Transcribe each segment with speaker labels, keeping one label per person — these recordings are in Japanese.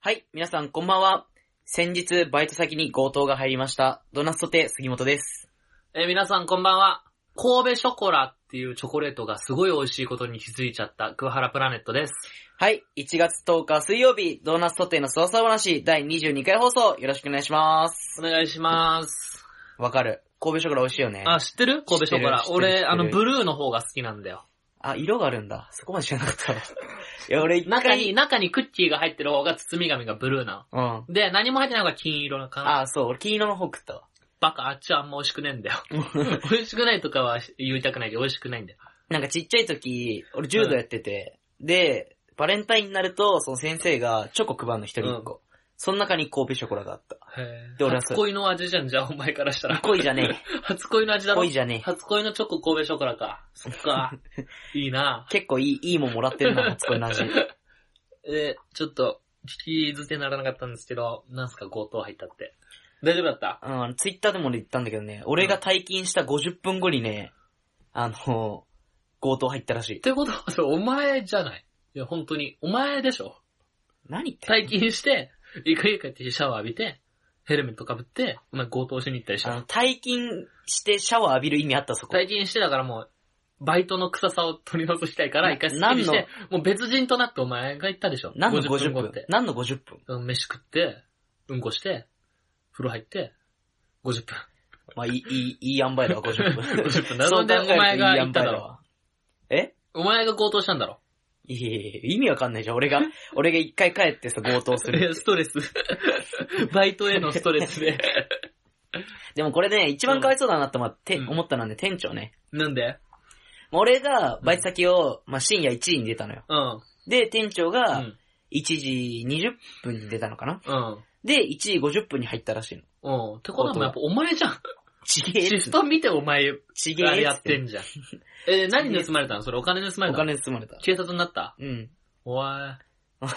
Speaker 1: はい、皆さんこんばんは。先日、バイト先に強盗が入りました。ドーナツとて杉本です。
Speaker 2: えー皆さんこんばんは。神戸ショコラっていうチョコレートがすごい美味しいことに気づいちゃった、桑原プラネットです。
Speaker 1: はい、1月10日水曜日、ドーナツとてのそわそわ話第22回放送、よろしくお願いします。
Speaker 2: お願いします。
Speaker 1: わかる。神戸ショコラ美味しいよね。
Speaker 2: あ、知ってる神戸ショ
Speaker 1: 知
Speaker 2: コラ
Speaker 1: っ。てる知って
Speaker 2: 俺、
Speaker 1: る
Speaker 2: あの、ブルーの方が好きなんだよ。
Speaker 1: あ、色があるんだ。そこまで知らなかったわ。いや、 俺一回
Speaker 2: 中に、、中にクッキーが入ってる方が包み紙がブルーな
Speaker 1: うん。
Speaker 2: の。で、何も入ってない方が金色な感じ。
Speaker 1: あ、そう、俺黄色の方食ったわ。
Speaker 2: バカ、あっちはあんま美味しくねえ んだよ。美味しくないとかは言いたくないけど、美味しくないんだよ。
Speaker 1: なんかちっちゃい時、俺柔道やってて、で、バレンタインになると、その先生がチョコ配るの一人一個。その中に神戸ショコラがあった。
Speaker 2: へ
Speaker 1: ど
Speaker 2: ぇ
Speaker 1: うだ
Speaker 2: 初恋の味じゃん、じゃあ、お前からしたら。
Speaker 1: 恋じゃね
Speaker 2: 初恋の
Speaker 1: え。
Speaker 2: 味だろ
Speaker 1: 恋 じゃねえ。
Speaker 2: 初恋のチョコ神戸ショコラか。そっ か。いいな
Speaker 1: 結構いい、いいもんもらってるな、初恋の味。
Speaker 2: えー、ちょっと、聞き捨てならなかったんですけど、なんすか強盗入ったって。大丈夫だった
Speaker 1: うん、ツイッターでも俺言ったんだけどね、俺が退勤した50分後にね、あの、強盗入ったらし
Speaker 2: っ
Speaker 1: い。
Speaker 2: てことは、それお前じゃない。いや、本当に。お前でしょ
Speaker 1: 何言ってんの
Speaker 2: 退勤して、行く行くってシャワー浴びて、ヘルメットかぶって、お前強盗しに行ったりし
Speaker 1: あの、
Speaker 2: た。
Speaker 1: 退勤してシャワー浴びる意味あったそこ。
Speaker 2: 退勤してだからもう、バイトの臭さを取り除きたいから、
Speaker 1: な
Speaker 2: 一回スッキリし
Speaker 1: 何
Speaker 2: て、もう別人となってお前が行ったでしょ。
Speaker 1: 何の50
Speaker 2: 50分後っ
Speaker 1: 分
Speaker 2: て。
Speaker 1: 何の50分
Speaker 2: うん飯食って、うんこして、風呂入って、50分。
Speaker 1: まあ、いい、いい、いい塩梅だわ、50分。
Speaker 2: 50分。
Speaker 1: そ
Speaker 2: な
Speaker 1: うん考
Speaker 2: で
Speaker 1: えると
Speaker 2: お前が
Speaker 1: いい塩
Speaker 2: 行っ
Speaker 1: 梅
Speaker 2: ただ
Speaker 1: だ
Speaker 2: ろ。
Speaker 1: わ。え
Speaker 2: お前が強盗したんだろ。
Speaker 1: いやいやいや意味わかんないじゃん。俺 が、俺が一回帰ってさ、強盗する。
Speaker 2: ストレス。バイトへのストレスで。
Speaker 1: でもこれね、一番かわいそうだなと思って、
Speaker 2: うん
Speaker 1: 思ったのはね、店長ね。
Speaker 2: なんで
Speaker 1: 俺が、バイト先を、まあ、深夜1時に出たのよ。
Speaker 2: うん。
Speaker 1: で、店長
Speaker 2: う
Speaker 1: が、
Speaker 2: ん。
Speaker 1: 1時20分に出たのかな
Speaker 2: うん。
Speaker 1: で、1時50分に入ったらしいの。
Speaker 2: うん。ってことはもうやっぱお前じゃん。
Speaker 1: ちげえっ
Speaker 2: シ
Speaker 1: つ
Speaker 2: フ
Speaker 1: って。
Speaker 2: ト見てお前、
Speaker 1: ちげ
Speaker 2: あれ
Speaker 1: え
Speaker 2: や
Speaker 1: っつ
Speaker 2: ってんじゃん。え、何盗まれたのそれお金盗まれ
Speaker 1: お
Speaker 2: たの
Speaker 1: 金積まれた。
Speaker 2: 警察になった
Speaker 1: うん。
Speaker 2: おい。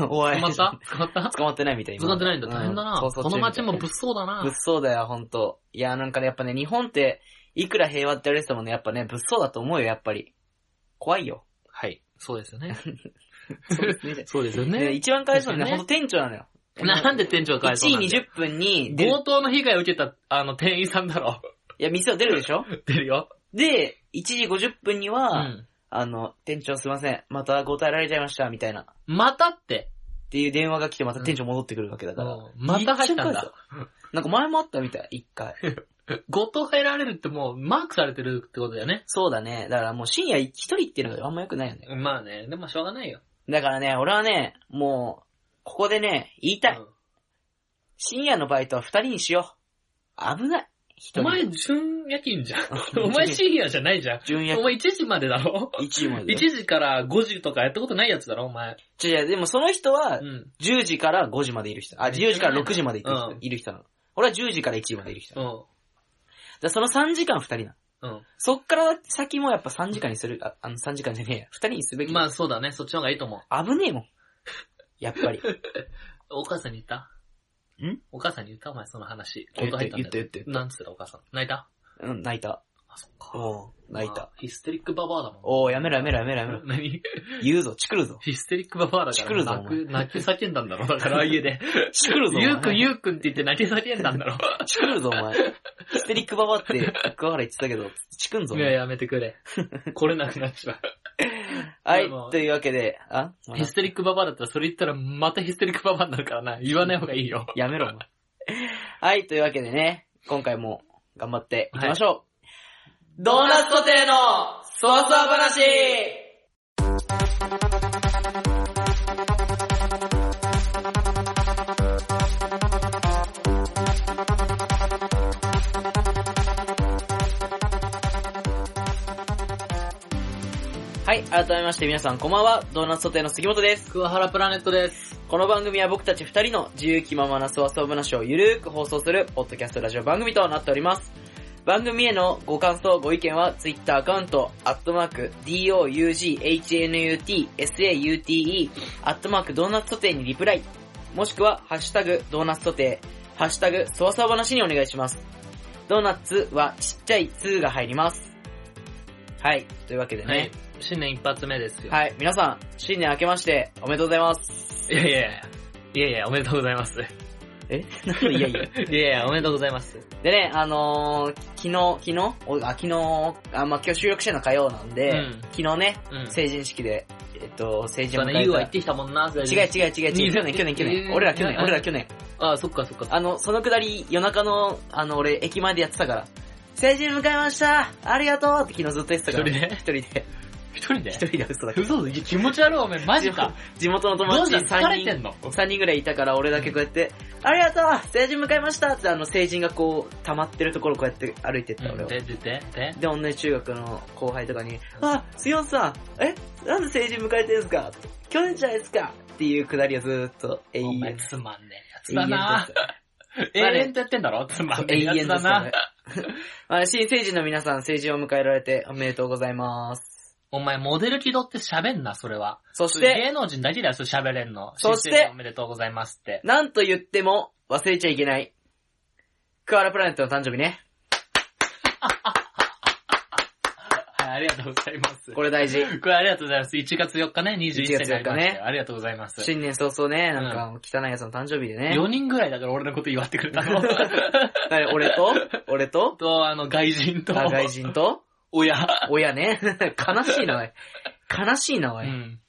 Speaker 1: おい。
Speaker 2: 捕まった捕まった
Speaker 1: 捕まってないみたい
Speaker 2: 捕まってないんだ。大変だな。
Speaker 1: うん逃走中
Speaker 2: この街も
Speaker 1: みた
Speaker 2: 物
Speaker 1: い
Speaker 2: 騒だ
Speaker 1: な
Speaker 2: な
Speaker 1: 物。騒だよ、ほんと。いや、なんかね、やっぱね、日本って、いくら平和って言われててもね、やっぱね、物騒だと思うよ、やっぱり。怖いよ。
Speaker 2: はい。そうですよね。
Speaker 1: そうですね
Speaker 2: そうですよ
Speaker 1: で
Speaker 2: ね。
Speaker 1: 一番返すのね、
Speaker 2: です
Speaker 1: ほ
Speaker 2: よね
Speaker 1: んと店長なのよ。
Speaker 2: なんで店長
Speaker 1: 1
Speaker 2: 返そう
Speaker 1: 時
Speaker 2: なんだよ
Speaker 1: 20分に出る、
Speaker 2: 強盗の被害を受けた、あの、店員さんだろ。
Speaker 1: いや、店を出るでしょ
Speaker 2: 出るよ。
Speaker 1: で、1時50分に
Speaker 2: う
Speaker 1: は、
Speaker 2: ん。
Speaker 1: あの、店長すいません、またご耐えられちゃいました、みたいな。っ
Speaker 2: またって。
Speaker 1: ていう電話が来て、また店長戻ってくるわけだから。
Speaker 2: うんまた入ったん
Speaker 1: めっちゃ返す
Speaker 2: だ
Speaker 1: よ。。なんか前もあったみたい、一 回。
Speaker 2: 強盗入られるってもうマークされてるってことだよね。
Speaker 1: そうだね。だからもう深夜一人っていうのがあんま良くないよね。
Speaker 2: まあね、でもしょうがないよ。
Speaker 1: だからね、俺はね、もう、ここでね、言いたい。
Speaker 2: うん
Speaker 1: 深夜のバイトは二人にしよう。危ない。一人。
Speaker 2: お前、純夜勤じゃん。
Speaker 1: うん
Speaker 2: お前深夜じゃないじゃん。
Speaker 1: 純
Speaker 2: お
Speaker 1: 約。
Speaker 2: 前1時までだろ
Speaker 1: 一位までだ
Speaker 2: ?1
Speaker 1: よ。
Speaker 2: 時から5時とかやったことないやつだろ、お前。
Speaker 1: 違う違う、でもその人は
Speaker 2: う、ん。
Speaker 1: 10時から5時までいる人。あ、10時から6時までいる人,、
Speaker 2: うん
Speaker 1: いる人なの。俺は10時から1時までいる人
Speaker 2: う
Speaker 1: なの。
Speaker 2: ん。
Speaker 1: だからその3時間2人なの。
Speaker 2: うん。
Speaker 1: そっから先もやっぱ3時間にする、ああの3時間じゃねえや。2人にすべき。
Speaker 2: まあそうだね、そっちの方がいいと思う。
Speaker 1: あ、危ねえもん。やっぱ り。
Speaker 2: お母さんに言っ
Speaker 1: ん
Speaker 2: たお母さんに言ったお前その話。強
Speaker 1: 言
Speaker 2: 盗
Speaker 1: って、
Speaker 2: 入ったん
Speaker 1: 言っ
Speaker 2: だ
Speaker 1: て、
Speaker 2: よ。
Speaker 1: 言って。
Speaker 2: なんつってたお母さん。泣いた
Speaker 1: うん、泣いた。
Speaker 2: あ、そっか。
Speaker 1: うん、泣い
Speaker 2: まあ
Speaker 1: た。。
Speaker 2: ヒステリックババアだもん。
Speaker 1: おー、やめろやめろやめろやめろ。
Speaker 2: 何
Speaker 1: 言うぞ、チクるぞ。
Speaker 2: ヒステリックババアだ
Speaker 1: チ
Speaker 2: か
Speaker 1: クる
Speaker 2: ら
Speaker 1: ぞ
Speaker 2: 泣く、泣き叫んだんだろ、だから家で。
Speaker 1: チクるぞ。
Speaker 2: ゆうくん
Speaker 1: う。
Speaker 2: ゆうくんって言って泣き叫んだんだろ。
Speaker 1: チクるぞ、お 前。ヒステリックババって、桑原言ってたけど、チクんぞ。お
Speaker 2: いや、
Speaker 1: 前
Speaker 2: やめてく れ。来れなくなっちま
Speaker 1: は
Speaker 2: で
Speaker 1: い、
Speaker 2: も
Speaker 1: というわけで、あ
Speaker 2: う。ヒステリックババアだったら、それ言ったらまたヒステリックババアになるからな。言わない方がいいよ。
Speaker 1: やめろ、お前。はい、というわけでね、今回も頑張っていきましょう。ドーナツホテルのそわそわ話はい、改めまして皆さんこんばんは、ドーナツホテルの杉本です。
Speaker 2: 桑原プラネットです。
Speaker 1: この番組は僕たち二人の自由気ままなそわそわ話をゆるーく放送するポッドキャストラジオ番組となっております。番組へのご感想、ご意見は Twitter アカウント、アットマーク、DOUGHNUT、SAUTE、アットマークドーナツソテーにリプライ、もしくはハッシュタグドーナツソテー、ハッシュタグそわそわ話にお願いします。ドーナツはちっちゃい2が入ります。はい、というわけで
Speaker 2: はい
Speaker 1: ね。。
Speaker 2: 新年一発目ですよ。
Speaker 1: はい、皆さん、新年明けましておめでとうございます。
Speaker 2: い。いやいやいやいやいや、おめでとうございます。い
Speaker 1: え なんでいやいや。
Speaker 2: やいや、おめでとうございます。
Speaker 1: でね、あのー、昨日、昨日おあ、昨日、あ、まあ、今日収録してるの火曜なんで、
Speaker 2: うん
Speaker 1: 昨日ね、
Speaker 2: うん。
Speaker 1: 成人式で、えっと、成人
Speaker 2: そう
Speaker 1: を迎え
Speaker 2: だね、
Speaker 1: た。
Speaker 2: ゆうは言ってきたもんな、違う
Speaker 1: 違う違う違う違う。去年、去年、去
Speaker 2: え
Speaker 1: 年。
Speaker 2: ー
Speaker 1: 俺ら去年、
Speaker 2: な
Speaker 1: 俺ら去年。
Speaker 2: ああ、そっかそっか。
Speaker 1: あの、そのくだり、夜中の、あの、俺、駅前でやってたから。成人迎えましたありがとうって昨日ずっと言ってたから。
Speaker 2: 一人で
Speaker 1: 一人で。
Speaker 2: 一人で
Speaker 1: 一人で嘘だけど。
Speaker 2: 嘘嘘気持ち悪い、お前、マジか。
Speaker 1: 地元の
Speaker 2: ど
Speaker 1: 友
Speaker 2: うした
Speaker 1: 達
Speaker 2: 疲れ
Speaker 1: 3
Speaker 2: てん
Speaker 1: 人、
Speaker 2: の
Speaker 1: 三人ぐらいいたから俺だけこうやって、ありがとう成人迎えましたってあの、成人がこう、溜まってるところこうやって歩いてった俺
Speaker 2: うん
Speaker 1: は。
Speaker 2: で、で、で、で
Speaker 1: で、同じ中学の後輩とかに、あ、すよんさん、え、なんで成人迎えてんすか去年じゃないですかっていうくだりをずーっと永
Speaker 2: お前
Speaker 1: 遠。
Speaker 2: つまんねえやつ
Speaker 1: 永
Speaker 2: だ
Speaker 1: 遠
Speaker 2: な 永
Speaker 1: 永遠です
Speaker 2: 遠とやってんだろつまんね
Speaker 1: 永
Speaker 2: えや
Speaker 1: 遠で
Speaker 2: つだ
Speaker 1: すよ
Speaker 2: な
Speaker 1: ね。 まあ新成人の皆さん、成人を迎えられておめでとうございます。
Speaker 2: お前、モデル気取って喋んな、それは。
Speaker 1: そ
Speaker 2: そ
Speaker 1: し
Speaker 2: れ
Speaker 1: て、
Speaker 2: 芸能人だけだよ、それ喋れんの。
Speaker 1: そして
Speaker 2: 新成人おめでとうございますって。
Speaker 1: なんと言っても忘れちゃいけない。クアラプラネットの誕生日ね。
Speaker 2: はい、ありがとうございます。
Speaker 1: これ大 事。
Speaker 2: これありがとうございます。1月4日ね、21歳になりま
Speaker 1: 1月
Speaker 2: し
Speaker 1: 4日
Speaker 2: た
Speaker 1: ね
Speaker 2: よ。ありがとうございます。
Speaker 1: 新年早々ね、なんか汚いやつの誕生日でね。
Speaker 2: 4人ぐらいだから俺のこと祝ってくれた の。
Speaker 1: 誰俺 と、俺と、
Speaker 2: と、あの、外人と、
Speaker 1: あ外人と、
Speaker 2: 親。
Speaker 1: 親ね。 悲しいな、おい。悲しいな、お
Speaker 2: う
Speaker 1: い。
Speaker 2: ん。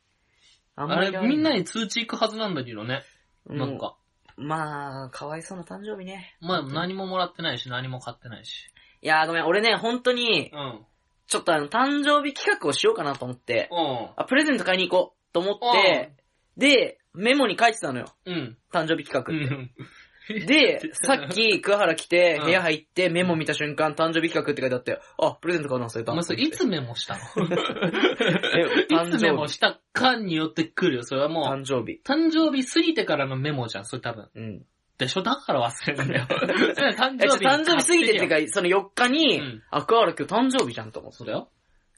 Speaker 1: あん
Speaker 2: あ
Speaker 1: まり
Speaker 2: れ、みんなに通知行くはずなんだけどね。なんか。
Speaker 1: うん。まあ、かわいそうな誕生日ね。
Speaker 2: まあ、何ももらってないし、何も買ってないし。
Speaker 1: いやーごめん、俺ね、本当に、
Speaker 2: うん。
Speaker 1: ちょっとあの、誕生日企画をしようかなと思って、
Speaker 2: うん。
Speaker 1: あ、プレゼント買いに行こうと思って、で、メモに書いてたのよ。
Speaker 2: うん。
Speaker 1: 誕生日企
Speaker 2: う
Speaker 1: 画。
Speaker 2: ん。
Speaker 1: で、さっき、桑原来て、
Speaker 2: うん
Speaker 1: 部屋入って、メモ見た瞬間、誕生日企画って書いてあって、あ、プレゼント買うな、それ
Speaker 2: お
Speaker 1: た。
Speaker 2: 前それいつメモしたの い
Speaker 1: 誕
Speaker 2: つメ
Speaker 1: 生
Speaker 2: モ
Speaker 1: 日。
Speaker 2: したかによって来るよ。それはもう、
Speaker 1: 誕生日。
Speaker 2: 誕生日過ぎてからのメモじゃん、それ多分。
Speaker 1: うん。
Speaker 2: でしょだから忘れるんだよ。それ 誕
Speaker 1: え、ちょ、
Speaker 2: 生日
Speaker 1: 誕
Speaker 2: に
Speaker 1: 生日過ぎてって
Speaker 2: 買
Speaker 1: いうか、その4日
Speaker 2: て
Speaker 1: に
Speaker 2: よう、ん。
Speaker 1: あ、桑原今日誕生日じゃんと思って。
Speaker 2: そうだよ。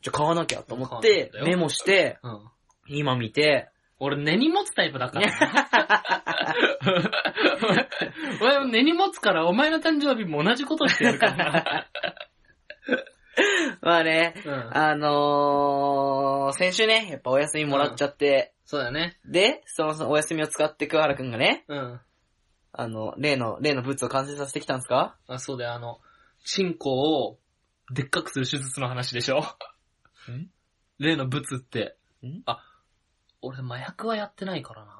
Speaker 1: じゃ、買わなきゃと思っ
Speaker 2: 買わなきゃ
Speaker 1: て
Speaker 2: だよ、
Speaker 1: メモして、
Speaker 2: うん。
Speaker 1: 今見て、
Speaker 2: 俺、根に持つタイプだから な。 俺も根に持つから、お前の誕生日も同じことしてや るから
Speaker 1: まあね、
Speaker 2: な。うん。
Speaker 1: あのー、先週ね、やっぱお休みもらっちゃって、
Speaker 2: そうだね。
Speaker 1: で、そのそのお休みを使って桑原くんがね、
Speaker 2: うん。
Speaker 1: あの、例の、例のブーツを完成させてきたんですか
Speaker 2: あ、そうだよ、あの、チンコを、でっかくする手術の話でしょ
Speaker 1: ん
Speaker 2: 例のブツって
Speaker 1: ん。
Speaker 2: あ、俺麻薬はやってないからな。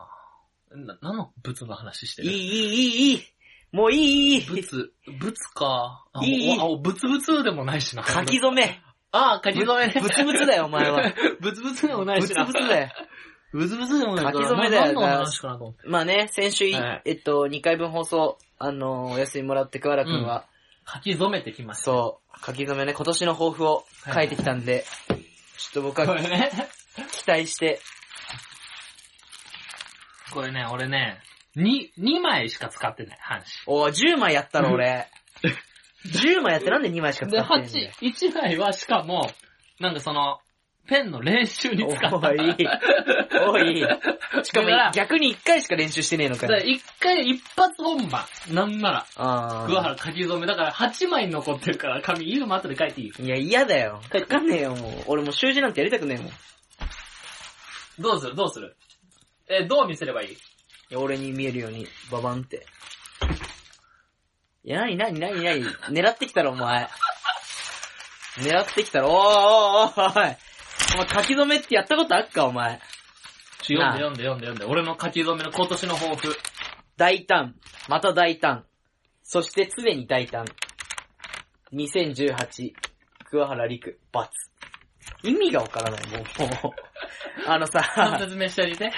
Speaker 2: な、何のブツの話して
Speaker 1: いい、
Speaker 2: る
Speaker 1: いい、いい、いい。もういい、いい、い
Speaker 2: ブ
Speaker 1: い。
Speaker 2: ツ、ブツか。あ、
Speaker 1: いいいい
Speaker 2: おあおブツブツでもないしな。
Speaker 1: 書き初め。
Speaker 2: あ、書き初めね。
Speaker 1: ブツブツだよ、お前は。
Speaker 2: ブツブツでもない
Speaker 1: ブツ
Speaker 2: しな。
Speaker 1: ブツだよ。
Speaker 2: ブツブツでもないから。
Speaker 1: 書き初めだよ
Speaker 2: な何の話かなと思って。
Speaker 1: まあね、先週い、
Speaker 2: はい
Speaker 1: えっと、2回分放送、あのー、お休みもらって桑原くんは、
Speaker 2: 書き初めてきました。
Speaker 1: そう、書き初めね、今年の抱負を書いてきたんで、ちょっと僕
Speaker 2: こ
Speaker 1: は
Speaker 2: れね、
Speaker 1: 期待して、
Speaker 2: これね、俺ね、2、2枚しか使ってない、半
Speaker 1: おー、10枚やったの俺。10枚やってなんで2枚しか
Speaker 2: 紙。
Speaker 1: 使
Speaker 2: で、
Speaker 1: ってないんだよ。、
Speaker 2: 8 1枚はしかも、なんかその、ペンの練習に使った。
Speaker 1: おい、おい。しかも
Speaker 2: だから
Speaker 1: 逆に1回しか練習してねえのかよ。
Speaker 2: 1回、一発本番。なんなら。
Speaker 1: あ
Speaker 2: 桑
Speaker 1: あ。
Speaker 2: 原書き初めだから8枚残ってるから紙、言うのも後で書いていいよ。
Speaker 1: いや、嫌だよ。書かねえよ、もう。俺もう習字なんてやりたくねえもん。い
Speaker 2: どうするどうするえ、どう見せればいい
Speaker 1: や、俺に見えるように、ババンって。いや、なになになになに狙ってきたろ、お前。狙ってきたろ、おーおーおーおい。お前書き初めってやったことあっか、お前。
Speaker 2: ちょ読んで読んで読んで読んで。俺の書き初めの今年の抱負。
Speaker 1: 大胆。また大胆。そして常に大胆。2018、桑原陸、罰。意味がわからない、もう。もう あの
Speaker 2: ちょっと
Speaker 1: さ、
Speaker 2: 説明してあげて。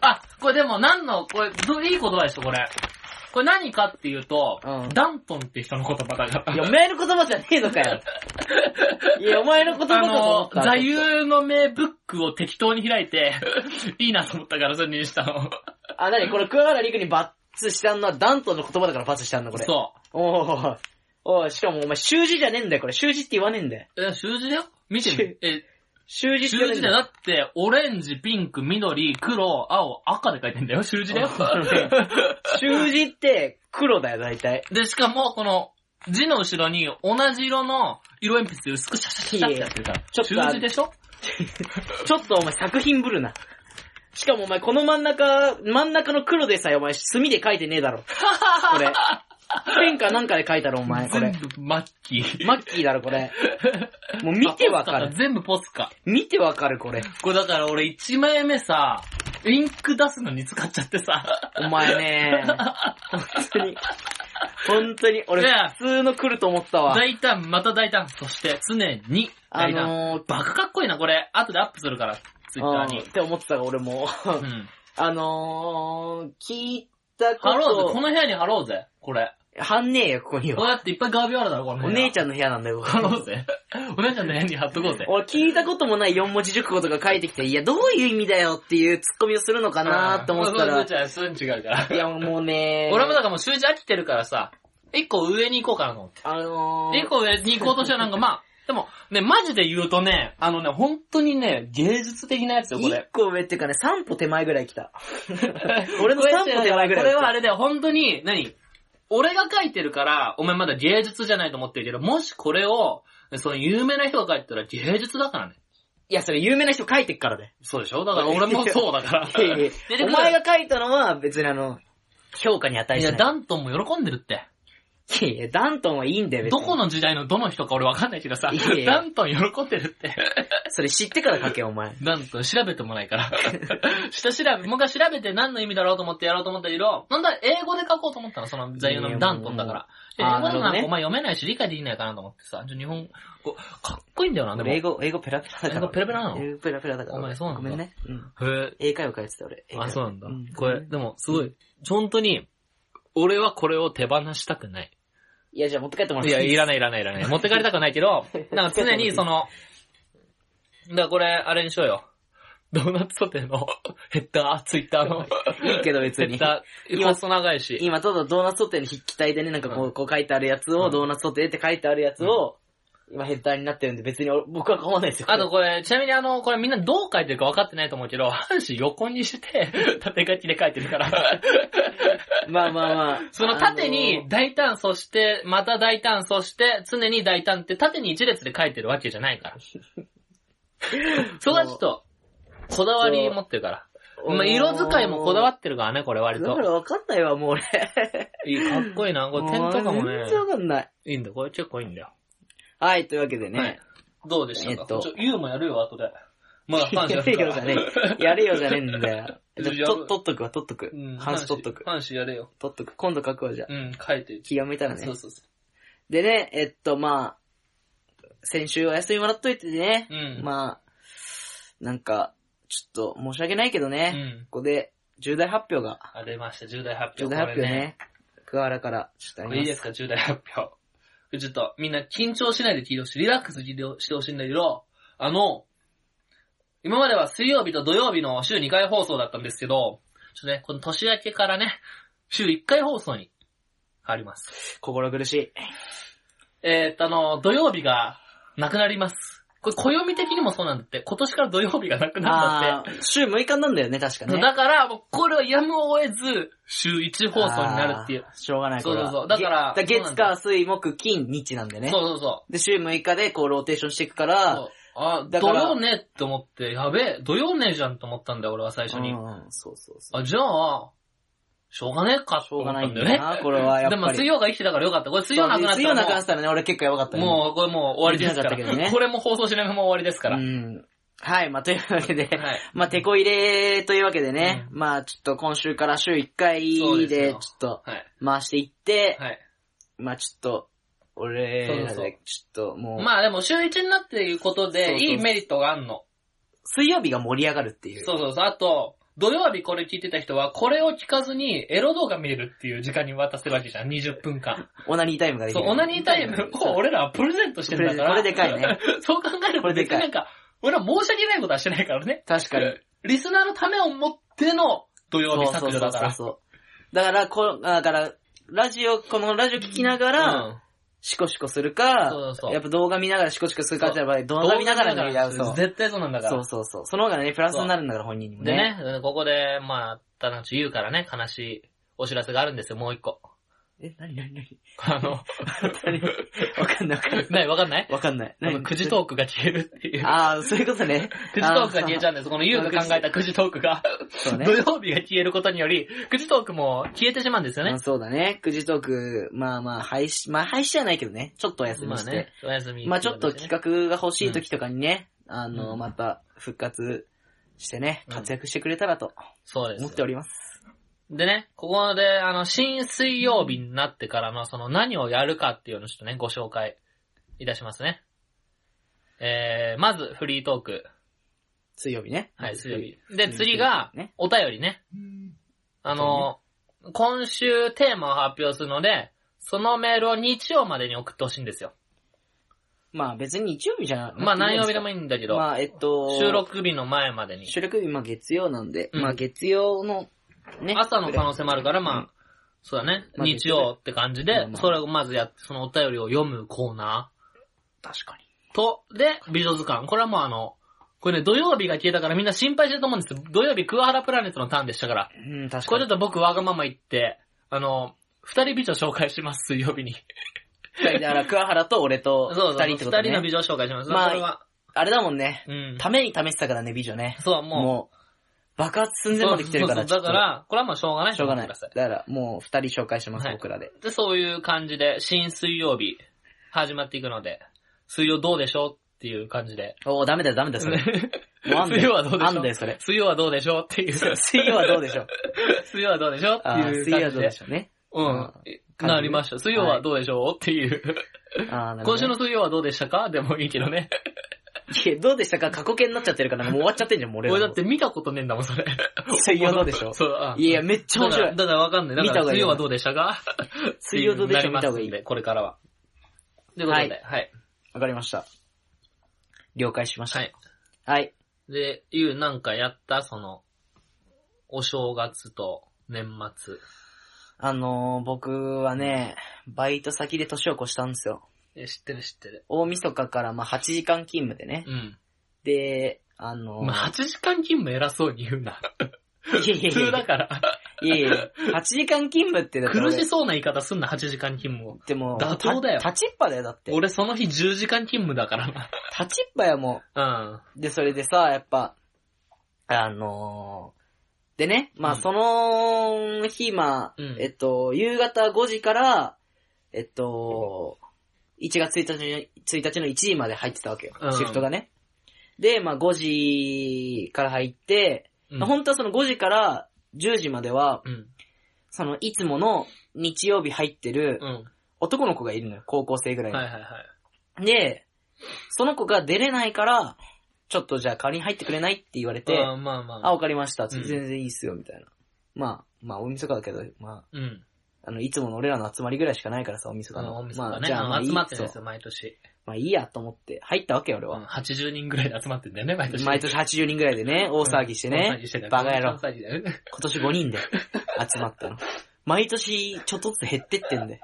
Speaker 2: あ、これでも何の、これ、どういい言葉でしょ、これ。これ何かっていうと、
Speaker 1: うん
Speaker 2: ダントンって人の言葉だから。
Speaker 1: いや、お前の言葉じゃねえのかよ。いや、お前の言葉
Speaker 2: あ
Speaker 1: だと思
Speaker 2: の
Speaker 1: っ、た。
Speaker 2: 座右の銘ブックを適当に開 いて、いいなと思ったからそれにしたの。
Speaker 1: あ、なにこれ桑原陸に罰したんのはダントンの言葉だから罰したんだ、これ。
Speaker 2: そ
Speaker 1: おーおい、しかもお前、習字じゃねえんだよ、これ。習字って言わねえんだよ。
Speaker 2: う。え、習字だよ見てみ
Speaker 1: 習。
Speaker 2: え、
Speaker 1: 習字って言わねえ
Speaker 2: 習字
Speaker 1: ん
Speaker 2: だ
Speaker 1: だ
Speaker 2: よ。
Speaker 1: よ。
Speaker 2: だって、オレンジ、ピンク、緑、黒、青、赤で書いてんだよ。習字だよ。
Speaker 1: 習字って黒だよ、大体。
Speaker 2: で、しかも、この、字の後ろに同じ色の色鉛筆で薄くシャシャシャシャってやってるから。
Speaker 1: ちょっとあ
Speaker 2: 習字でしょ
Speaker 1: ちょっとお前作品ぶるな。しかもお前この真ん中、真ん中の黒でさえお前墨で書いてねえだろ。これ。ペンかなんかで書いたろお前、これ。
Speaker 2: 全部マッキー。
Speaker 1: マッキーだろこれ。もう見てわか
Speaker 2: あポス
Speaker 1: る
Speaker 2: カ。全部ポスカ。
Speaker 1: 見てわかるこれ。
Speaker 2: これだから俺1枚目さ、インク出すのに使っちゃってさ。
Speaker 1: お前ね、本当に、本当に、 俺
Speaker 2: ねえ
Speaker 1: 普通の来ると思ったわ。
Speaker 2: 大胆、また大胆。そして常に
Speaker 1: あ
Speaker 2: 大胆。
Speaker 1: のー、
Speaker 2: バカかっこいいな、これ。後でアップするから、ツイッター
Speaker 1: うんっ
Speaker 2: に。
Speaker 1: て思ってたが俺も、
Speaker 2: うん。
Speaker 1: あのー、聞いたこ、
Speaker 2: 貼ろうぜ、ことの部屋に貼ろうぜ、これ。
Speaker 1: はんねえよ、ここに
Speaker 2: こう
Speaker 1: は。
Speaker 2: やっていっぱいガービーあるだろ、この部
Speaker 1: お
Speaker 2: 屋。
Speaker 1: 姉ち
Speaker 2: ゃ
Speaker 1: ゃんの部屋なんだよ、ここ
Speaker 2: ん。貼ろうぜ。 お姉ちゃんの部屋に貼っとこうぜ。
Speaker 1: 俺聞いたこともない四文字熟語とか書いてきて、いや、どういう意味だよっていうツッコミをするのかなーって思ってたら、い
Speaker 2: ら。 そういうの違うから。
Speaker 1: や、もうね
Speaker 2: 俺もだからもう習字飽きてるからさ、一個上に行こうかなと思って。
Speaker 1: あの
Speaker 2: 一
Speaker 1: ー、
Speaker 2: 個上に行こうとしてはなんかまあ、でもね、マジで言うとね、あのね、本当にね、芸術的なやつよ、こ
Speaker 1: 一
Speaker 2: れ。
Speaker 1: 個上っていうかね、三歩手前ぐらい来た。 俺の三歩手前ぐらい
Speaker 2: これはあれだよ、本当に、何俺が書いてるから、お前まだ芸術じゃないと思ってるけど、もしこれを、その有名な人が書いてたら芸術だからね。
Speaker 1: いや、それ有名な人書いてっからで。
Speaker 2: そうでしょだから俺もそうだから。
Speaker 1: いやいや
Speaker 2: 出てく
Speaker 1: お
Speaker 2: る
Speaker 1: 前が書いたのは別にあの、評価に値
Speaker 2: い
Speaker 1: し
Speaker 2: や、
Speaker 1: な
Speaker 2: ダントンも喜んでるって。
Speaker 1: い。いやいや、ダントンはいいんだよ、別
Speaker 2: ど
Speaker 1: に
Speaker 2: この時代のどの人か俺わかんないけどさ
Speaker 1: いやい、や
Speaker 2: ダントン喜んでるって。
Speaker 1: それ知ってから書けよ、お前。
Speaker 2: ダントン調べてもないから。下調べ、もう一回調べて何の意味だろうと思ってやろうと思ったけど、なんだ、英語で書こうと思ったの、その座右のダントンだから。
Speaker 1: い
Speaker 2: で
Speaker 1: やもう
Speaker 2: 英語だとなん
Speaker 1: あーなるほどね
Speaker 2: かお前読めないし理解できないかなと思ってさ、じゃあ日本語、かっこいいんだよな、でも。
Speaker 1: 俺英語、英語ペラペラだから。
Speaker 2: 英語ペラペラなの
Speaker 1: 英語ペラペラだから。
Speaker 2: お前そうなんだ
Speaker 1: ごめんね。うん。
Speaker 2: へ
Speaker 1: 英会話通ってた俺。英
Speaker 2: え。
Speaker 1: 会話
Speaker 2: あ、そうなんだ。
Speaker 1: ん
Speaker 2: これ、でもすごい、本当に、俺はこれを手放したくない。
Speaker 1: いや、じゃあ持って帰ってもらっ
Speaker 2: い
Speaker 1: て
Speaker 2: や、いら
Speaker 1: ない。
Speaker 2: ないいらないいらない。持って帰りたくはない けど、なんか常にその、だからこれ、あれにしようよ。ドーナツソテーのヘッダー、ツイッターの。
Speaker 1: いいけど別
Speaker 2: ヘ
Speaker 1: に
Speaker 2: ッ。ダー、
Speaker 1: 今
Speaker 2: 細長いし。
Speaker 1: 今、ただドーナツソテーの筆記体でね、なんかこ
Speaker 2: う
Speaker 1: う、こう書いてあるやつを、
Speaker 2: うん
Speaker 1: ドーナツソテーって書いてあるやつを、今ヘッダーになってるんで、別に俺僕は構わないですよ。
Speaker 2: あとこれ、ちなみにあの、これみんなどう書いてるか分かってないと思うけど、半紙横にして、 縦書きで書いてるから。
Speaker 1: まあまあ まあ。
Speaker 2: その縦に大胆、そして、また大胆、そして、常に大胆って縦に一列で書いてるわけじゃな いから。そこはちょっと、こだわり持ってるから。
Speaker 1: あのー、
Speaker 2: まあ、色使いもこだわ
Speaker 1: っ
Speaker 2: ってるからね、これ割
Speaker 1: だ
Speaker 2: と
Speaker 1: か。ら分かんないわ、もう俺。
Speaker 2: いい、かっこいいな。これ点とかも
Speaker 1: う
Speaker 2: ね
Speaker 1: 全、然わかんない。
Speaker 2: いいんだよ。これ結構いいんだよ。
Speaker 1: はい、というわけでね。
Speaker 2: はいどうでしたか
Speaker 1: えっと
Speaker 2: ちょユーもやるよ、後で。まだ
Speaker 1: や
Speaker 2: 半
Speaker 1: れよじゃねえ。 やれよじゃねえんだ よ。
Speaker 2: いや
Speaker 1: じゃあと、取っとくわ、取っとく。半紙取っとく。
Speaker 2: 半紙やれよ。
Speaker 1: 取っとく。今度書くわ、じゃあ。
Speaker 2: うん、書いて。
Speaker 1: 気が向いたらね
Speaker 2: そう。そうそ
Speaker 1: でね、えっと、まあ、先週お休みもらっといてね
Speaker 2: う。。うん。
Speaker 1: まあ、なんか、ちょっと申し訳ないけど
Speaker 2: あう
Speaker 1: ね。
Speaker 2: ん。
Speaker 1: ここで、重大発表が、
Speaker 2: あ、出ました、重大発表。
Speaker 1: 重大発表
Speaker 2: これ。
Speaker 1: ね。桑原から、ちょっとあ
Speaker 2: こ
Speaker 1: り
Speaker 2: れい
Speaker 1: ま
Speaker 2: い
Speaker 1: す。
Speaker 2: ですか、重大発表。 ちょっと、みんな緊張しないで聞いてほしい。リラックスしてほしいんだけど、あの、今までは水曜日と土曜日の週2回放送だったんですけど、ちょっとね、この年明けからね、週1回放送に変わります。
Speaker 1: 心苦しい。
Speaker 2: えーっと、あの、土曜日がなくなります。これ、暦的にもそうなんだって、今年から土曜日がなくなるんだ
Speaker 1: あ
Speaker 2: っ
Speaker 1: あ、週6日なんだよね、確か
Speaker 2: て。
Speaker 1: ね。
Speaker 2: だから、もうこれはやむを得ず、週1放送になるっていう。
Speaker 1: あー。しょうがない、これは
Speaker 2: そうそうそうだから
Speaker 1: げ
Speaker 2: そうな
Speaker 1: 月、
Speaker 2: んだ
Speaker 1: 火、水、木、金、日なんでね。
Speaker 2: そうそうそう。
Speaker 1: で、週6日でこうローテーションしていくから、
Speaker 2: あ、
Speaker 1: だ
Speaker 2: 土
Speaker 1: から
Speaker 2: 曜ねって思って、やべえ、土曜ねじゃんと思ったんだよ、俺は最初に。
Speaker 1: うん、そうそうそう。
Speaker 2: あ、じゃあ、しょうがねえか
Speaker 1: し
Speaker 2: と
Speaker 1: ょう
Speaker 2: 思
Speaker 1: が
Speaker 2: っ
Speaker 1: な
Speaker 2: た
Speaker 1: い
Speaker 2: ん
Speaker 1: ん
Speaker 2: だ
Speaker 1: だ
Speaker 2: よ
Speaker 1: よ
Speaker 2: ね。
Speaker 1: な、これはやっ
Speaker 2: で
Speaker 1: ぱ
Speaker 2: も
Speaker 1: り。
Speaker 2: 水曜が生きてたからよかった。これ水曜なくなった
Speaker 1: 水曜
Speaker 2: ら
Speaker 1: なくな
Speaker 2: も
Speaker 1: ってたらね、俺結構やばかった
Speaker 2: う、
Speaker 1: ね。
Speaker 2: もうこれもう終わりですか
Speaker 1: 終わりになっちゃったけど
Speaker 2: ら。
Speaker 1: ね
Speaker 2: これも放送しないまま終わりですから。
Speaker 1: うん。はい、まあ、というわけで、
Speaker 2: はい。
Speaker 1: まあ、手こ入れというわけでね、まあ、ちょっと今週から週1
Speaker 2: そう
Speaker 1: 回で、
Speaker 2: です
Speaker 1: ちょ
Speaker 2: よ
Speaker 1: っと
Speaker 2: はい。
Speaker 1: 回していって、
Speaker 2: はい。
Speaker 1: まあ、ちょっと、俺らで
Speaker 2: そうそうそう
Speaker 1: ちょっともう、
Speaker 2: まあでも週1になっていうこと
Speaker 1: そう
Speaker 2: で、
Speaker 1: そう
Speaker 2: いいメリットがあんの。
Speaker 1: 水曜日が盛り上がるっていう。
Speaker 2: そうそうそう。あと、土曜日これ聞いてた人は、これを聞かずにエロ動画見れるっていう時間に渡せるわけじゃん。20分間。
Speaker 1: オナニータイムができ
Speaker 2: そう
Speaker 1: る。、
Speaker 2: オナニータイムを俺らはプレゼントしてるんだか
Speaker 1: プ
Speaker 2: ら。
Speaker 1: レゼントこれでかいね。
Speaker 2: そう考える
Speaker 1: ことれで
Speaker 2: 別
Speaker 1: かい
Speaker 2: になんか、俺ら申し訳ないことはしてないからね。
Speaker 1: 確かに。
Speaker 2: リスナーのためを持っての土曜日
Speaker 1: そ
Speaker 2: 削
Speaker 1: う
Speaker 2: 除
Speaker 1: そ
Speaker 2: だ
Speaker 1: う
Speaker 2: か
Speaker 1: そう
Speaker 2: ら。
Speaker 1: そう。だから、こ、だから、ラジオ、このラジオ聞きながら、
Speaker 2: うん
Speaker 1: シコシコするか、
Speaker 2: そうそう
Speaker 1: やっぱ動画見ながらシコシコするかってやっぱり動
Speaker 2: 動
Speaker 1: 画
Speaker 2: 画
Speaker 1: 見ながらね、やるそう。
Speaker 2: 絶対そうなんだから。
Speaker 1: そうそうそう。その方がね、プラスになるんだから本人にもね。
Speaker 2: でね、ここで、まあ、ただのち言うからね、悲しいお知らせがあるんですよ、もう一個。
Speaker 1: え、なになになに
Speaker 2: あの、
Speaker 1: わかんないわかんない。
Speaker 2: ない、わかんない
Speaker 1: わかんない。
Speaker 2: あの、くじトークが消えるっていう。
Speaker 1: ああ、そういうことね。
Speaker 2: くじトークが消えちゃうんです。この優が考えたくじトークが、
Speaker 1: そうね
Speaker 2: 土。曜日が消えることにより、くじトークも消えてしまうんですよね
Speaker 1: あ。そうだね。くじトーク、まあまあ、廃止、まあ廃止じゃないけどね。ちょっとお休み
Speaker 2: まあ
Speaker 1: して。
Speaker 2: ね、お休み。
Speaker 1: まあちょっと企
Speaker 2: 画。
Speaker 1: 画が欲しい時とかにね、あの、
Speaker 2: うん
Speaker 1: また復活してね、
Speaker 2: うん
Speaker 1: 活躍してくれたらと
Speaker 2: そうです
Speaker 1: 思っ
Speaker 2: よ。
Speaker 1: ております。
Speaker 2: でね、ここで、あの、新水曜日になってからの、その、何をやるかっていうのをちょっとね、ご紹介いたしますね。えー、まず、フリートーク。
Speaker 1: 水曜日ね。
Speaker 2: はい、水曜日。
Speaker 1: う
Speaker 2: で、
Speaker 1: ん
Speaker 2: 次が
Speaker 1: ね、
Speaker 2: お便りね。あの、今週テーマを発表するので、そのメールを日曜までに送ってほしいんですよ。
Speaker 1: まあ別に日曜日じゃなくていい
Speaker 2: まあ何曜日でも
Speaker 1: いい
Speaker 2: いいんだけ
Speaker 1: けど。
Speaker 2: ど、
Speaker 1: まあえっと、
Speaker 2: 収。録日の前までに。
Speaker 1: 収録日、まあ月曜なんで、
Speaker 2: うん
Speaker 1: まあ月曜のね。
Speaker 2: 朝の可能性もあるから、
Speaker 1: う
Speaker 2: ま
Speaker 1: ん
Speaker 2: あ、そうだね。
Speaker 1: まあ
Speaker 2: 日曜って感じ
Speaker 1: まあ
Speaker 2: で
Speaker 1: ま、あ
Speaker 2: それをまずやって、そのお便りを読むコーナ
Speaker 1: 確かに。
Speaker 2: ーと、で、美女図鑑。これはもうあの、これね、土曜日が消えたからみんな心配してると思うんですよ。土曜日、クワハラプラネットのターンでしたから。
Speaker 1: うん、確
Speaker 2: こ
Speaker 1: か
Speaker 2: れちょっ
Speaker 1: に。
Speaker 2: と僕わがまま言って、あの、二人美女紹介します、水曜日に。
Speaker 1: 二人だから、桑原と俺と
Speaker 2: そうそう、
Speaker 1: 二人
Speaker 2: 二
Speaker 1: って
Speaker 2: 人
Speaker 1: ことね。
Speaker 2: の美女紹介します。
Speaker 1: まあ
Speaker 2: これは、
Speaker 1: あれだもんね。
Speaker 2: うん。
Speaker 1: ために試したからね、美女ね。
Speaker 2: そう、もう、
Speaker 1: もう、爆発寸前まで来てるから、
Speaker 2: そうそうそうだか
Speaker 1: ち
Speaker 2: ら、これはもうしょうがな
Speaker 1: ょっと
Speaker 2: い
Speaker 1: しょうがない。
Speaker 2: と思
Speaker 1: だ
Speaker 2: ってくださ
Speaker 1: から、もう二人紹介します、
Speaker 2: はい
Speaker 1: 僕らで。
Speaker 2: いで、そういう感じで、新水曜日、始まっていくので、水曜どうでしょうっていう感じ で。
Speaker 1: おー、ダメだよ、ダメだよ、それ。もうあんだよ
Speaker 2: 水曜はどうでしょう
Speaker 1: あんだよそれ
Speaker 2: 水曜はどうでしょうっていう。
Speaker 1: 水曜はどうでしょう
Speaker 2: 水曜はどうでしょうって
Speaker 1: あー
Speaker 2: いう感じで。
Speaker 1: 水曜はどうでしょうね。
Speaker 2: う
Speaker 1: あ
Speaker 2: ん。なりました。水曜はどうでしょう、っていう。
Speaker 1: あーなるほ
Speaker 2: 今週
Speaker 1: どね
Speaker 2: の水曜はどうでしたかでもいいけどね。
Speaker 1: いやどうでしたか過去形になっちゃってるから、もう終わっちゃってんじゃん、もう俺ら
Speaker 2: 俺だ
Speaker 1: も
Speaker 2: って見たことねえんだもん、それ。
Speaker 1: 水曜どうでしょう
Speaker 2: そう、あ
Speaker 1: いやいや、めっちゃ面白
Speaker 2: だから
Speaker 1: い。
Speaker 2: だからわかんない。だか
Speaker 1: 見た
Speaker 2: ら
Speaker 1: 方がいい
Speaker 2: 水曜はどうでしたか
Speaker 1: 水曜どうでしょう見た方がい
Speaker 2: ってうのになりますん
Speaker 1: い。
Speaker 2: でこれからは。ということで、はい。
Speaker 1: わかりました。了解しました。
Speaker 2: はい。
Speaker 1: はい。
Speaker 2: で、ゆうなんかやったその、お正月と年末。
Speaker 1: あのー、僕はね、バイト先で年を越したんですよ。
Speaker 2: え、知ってる知ってる。
Speaker 1: 大晦日からまあ8時間勤務でね。
Speaker 2: うん。
Speaker 1: で、あのー、
Speaker 2: まあ、8時間勤務偉そうに言うな。
Speaker 1: いやいや
Speaker 2: 普
Speaker 1: いや
Speaker 2: 通 だから。
Speaker 1: いやいや、8時間勤務ってだって
Speaker 2: 苦
Speaker 1: 俺
Speaker 2: しそうな言い方すんな、8時間勤務を。
Speaker 1: でも、
Speaker 2: 妥当だよ
Speaker 1: た立ちっぱだよ、だって。
Speaker 2: 俺その日10時間勤務だから
Speaker 1: 立ちっぱやも
Speaker 2: な。
Speaker 1: う。で、それでさ、やっぱ、あのー、でね、まあ、
Speaker 2: うん
Speaker 1: その日、まあ、
Speaker 2: うん
Speaker 1: えっと、夕方5時から、えっと、1月1日の、1日の1時まで入ってたわけよ
Speaker 2: う。ん
Speaker 1: シフトがね。で、まあ、5時から入って、
Speaker 2: うん。
Speaker 1: まあ本当はその5時から10時までは、
Speaker 2: うん。
Speaker 1: その、いつもの日曜日入ってる、
Speaker 2: うん。
Speaker 1: 男の子がいるのよ、高校生ぐらいの
Speaker 2: はいはいはい。
Speaker 1: で、その子が出れないから、ちょっとじゃあ代わりに入ってくれないって言われて、
Speaker 2: あーまあま
Speaker 1: あ、
Speaker 2: あ。
Speaker 1: わかりました。
Speaker 2: ん
Speaker 1: 全然いいっすよ、みたいな。まあ、まあ、大晦日だけど、ま
Speaker 2: うん。
Speaker 1: あ、あの、いつもの俺らの集まりぐらいしかないからさ、大晦日
Speaker 2: あの、
Speaker 1: の。
Speaker 2: お店
Speaker 1: ま
Speaker 2: が
Speaker 1: あ、
Speaker 2: ね、
Speaker 1: じゃあ、ま
Speaker 2: あ
Speaker 1: あいい、
Speaker 2: の集まってるんです
Speaker 1: そう
Speaker 2: よ、毎年。
Speaker 1: まあ、いいやと思って、入ったわけよ、俺
Speaker 2: うん
Speaker 1: は。
Speaker 2: 80人ぐらいで集まってんだよね、毎年。
Speaker 1: 毎年80人ぐらいでね、大騒ぎして
Speaker 2: 大騒
Speaker 1: ね
Speaker 2: ぎ、してた
Speaker 1: バカ野郎
Speaker 2: 大騒ぎだよね
Speaker 1: 今年5人で集まったの。毎年、ちょっとずつ減ってってんで。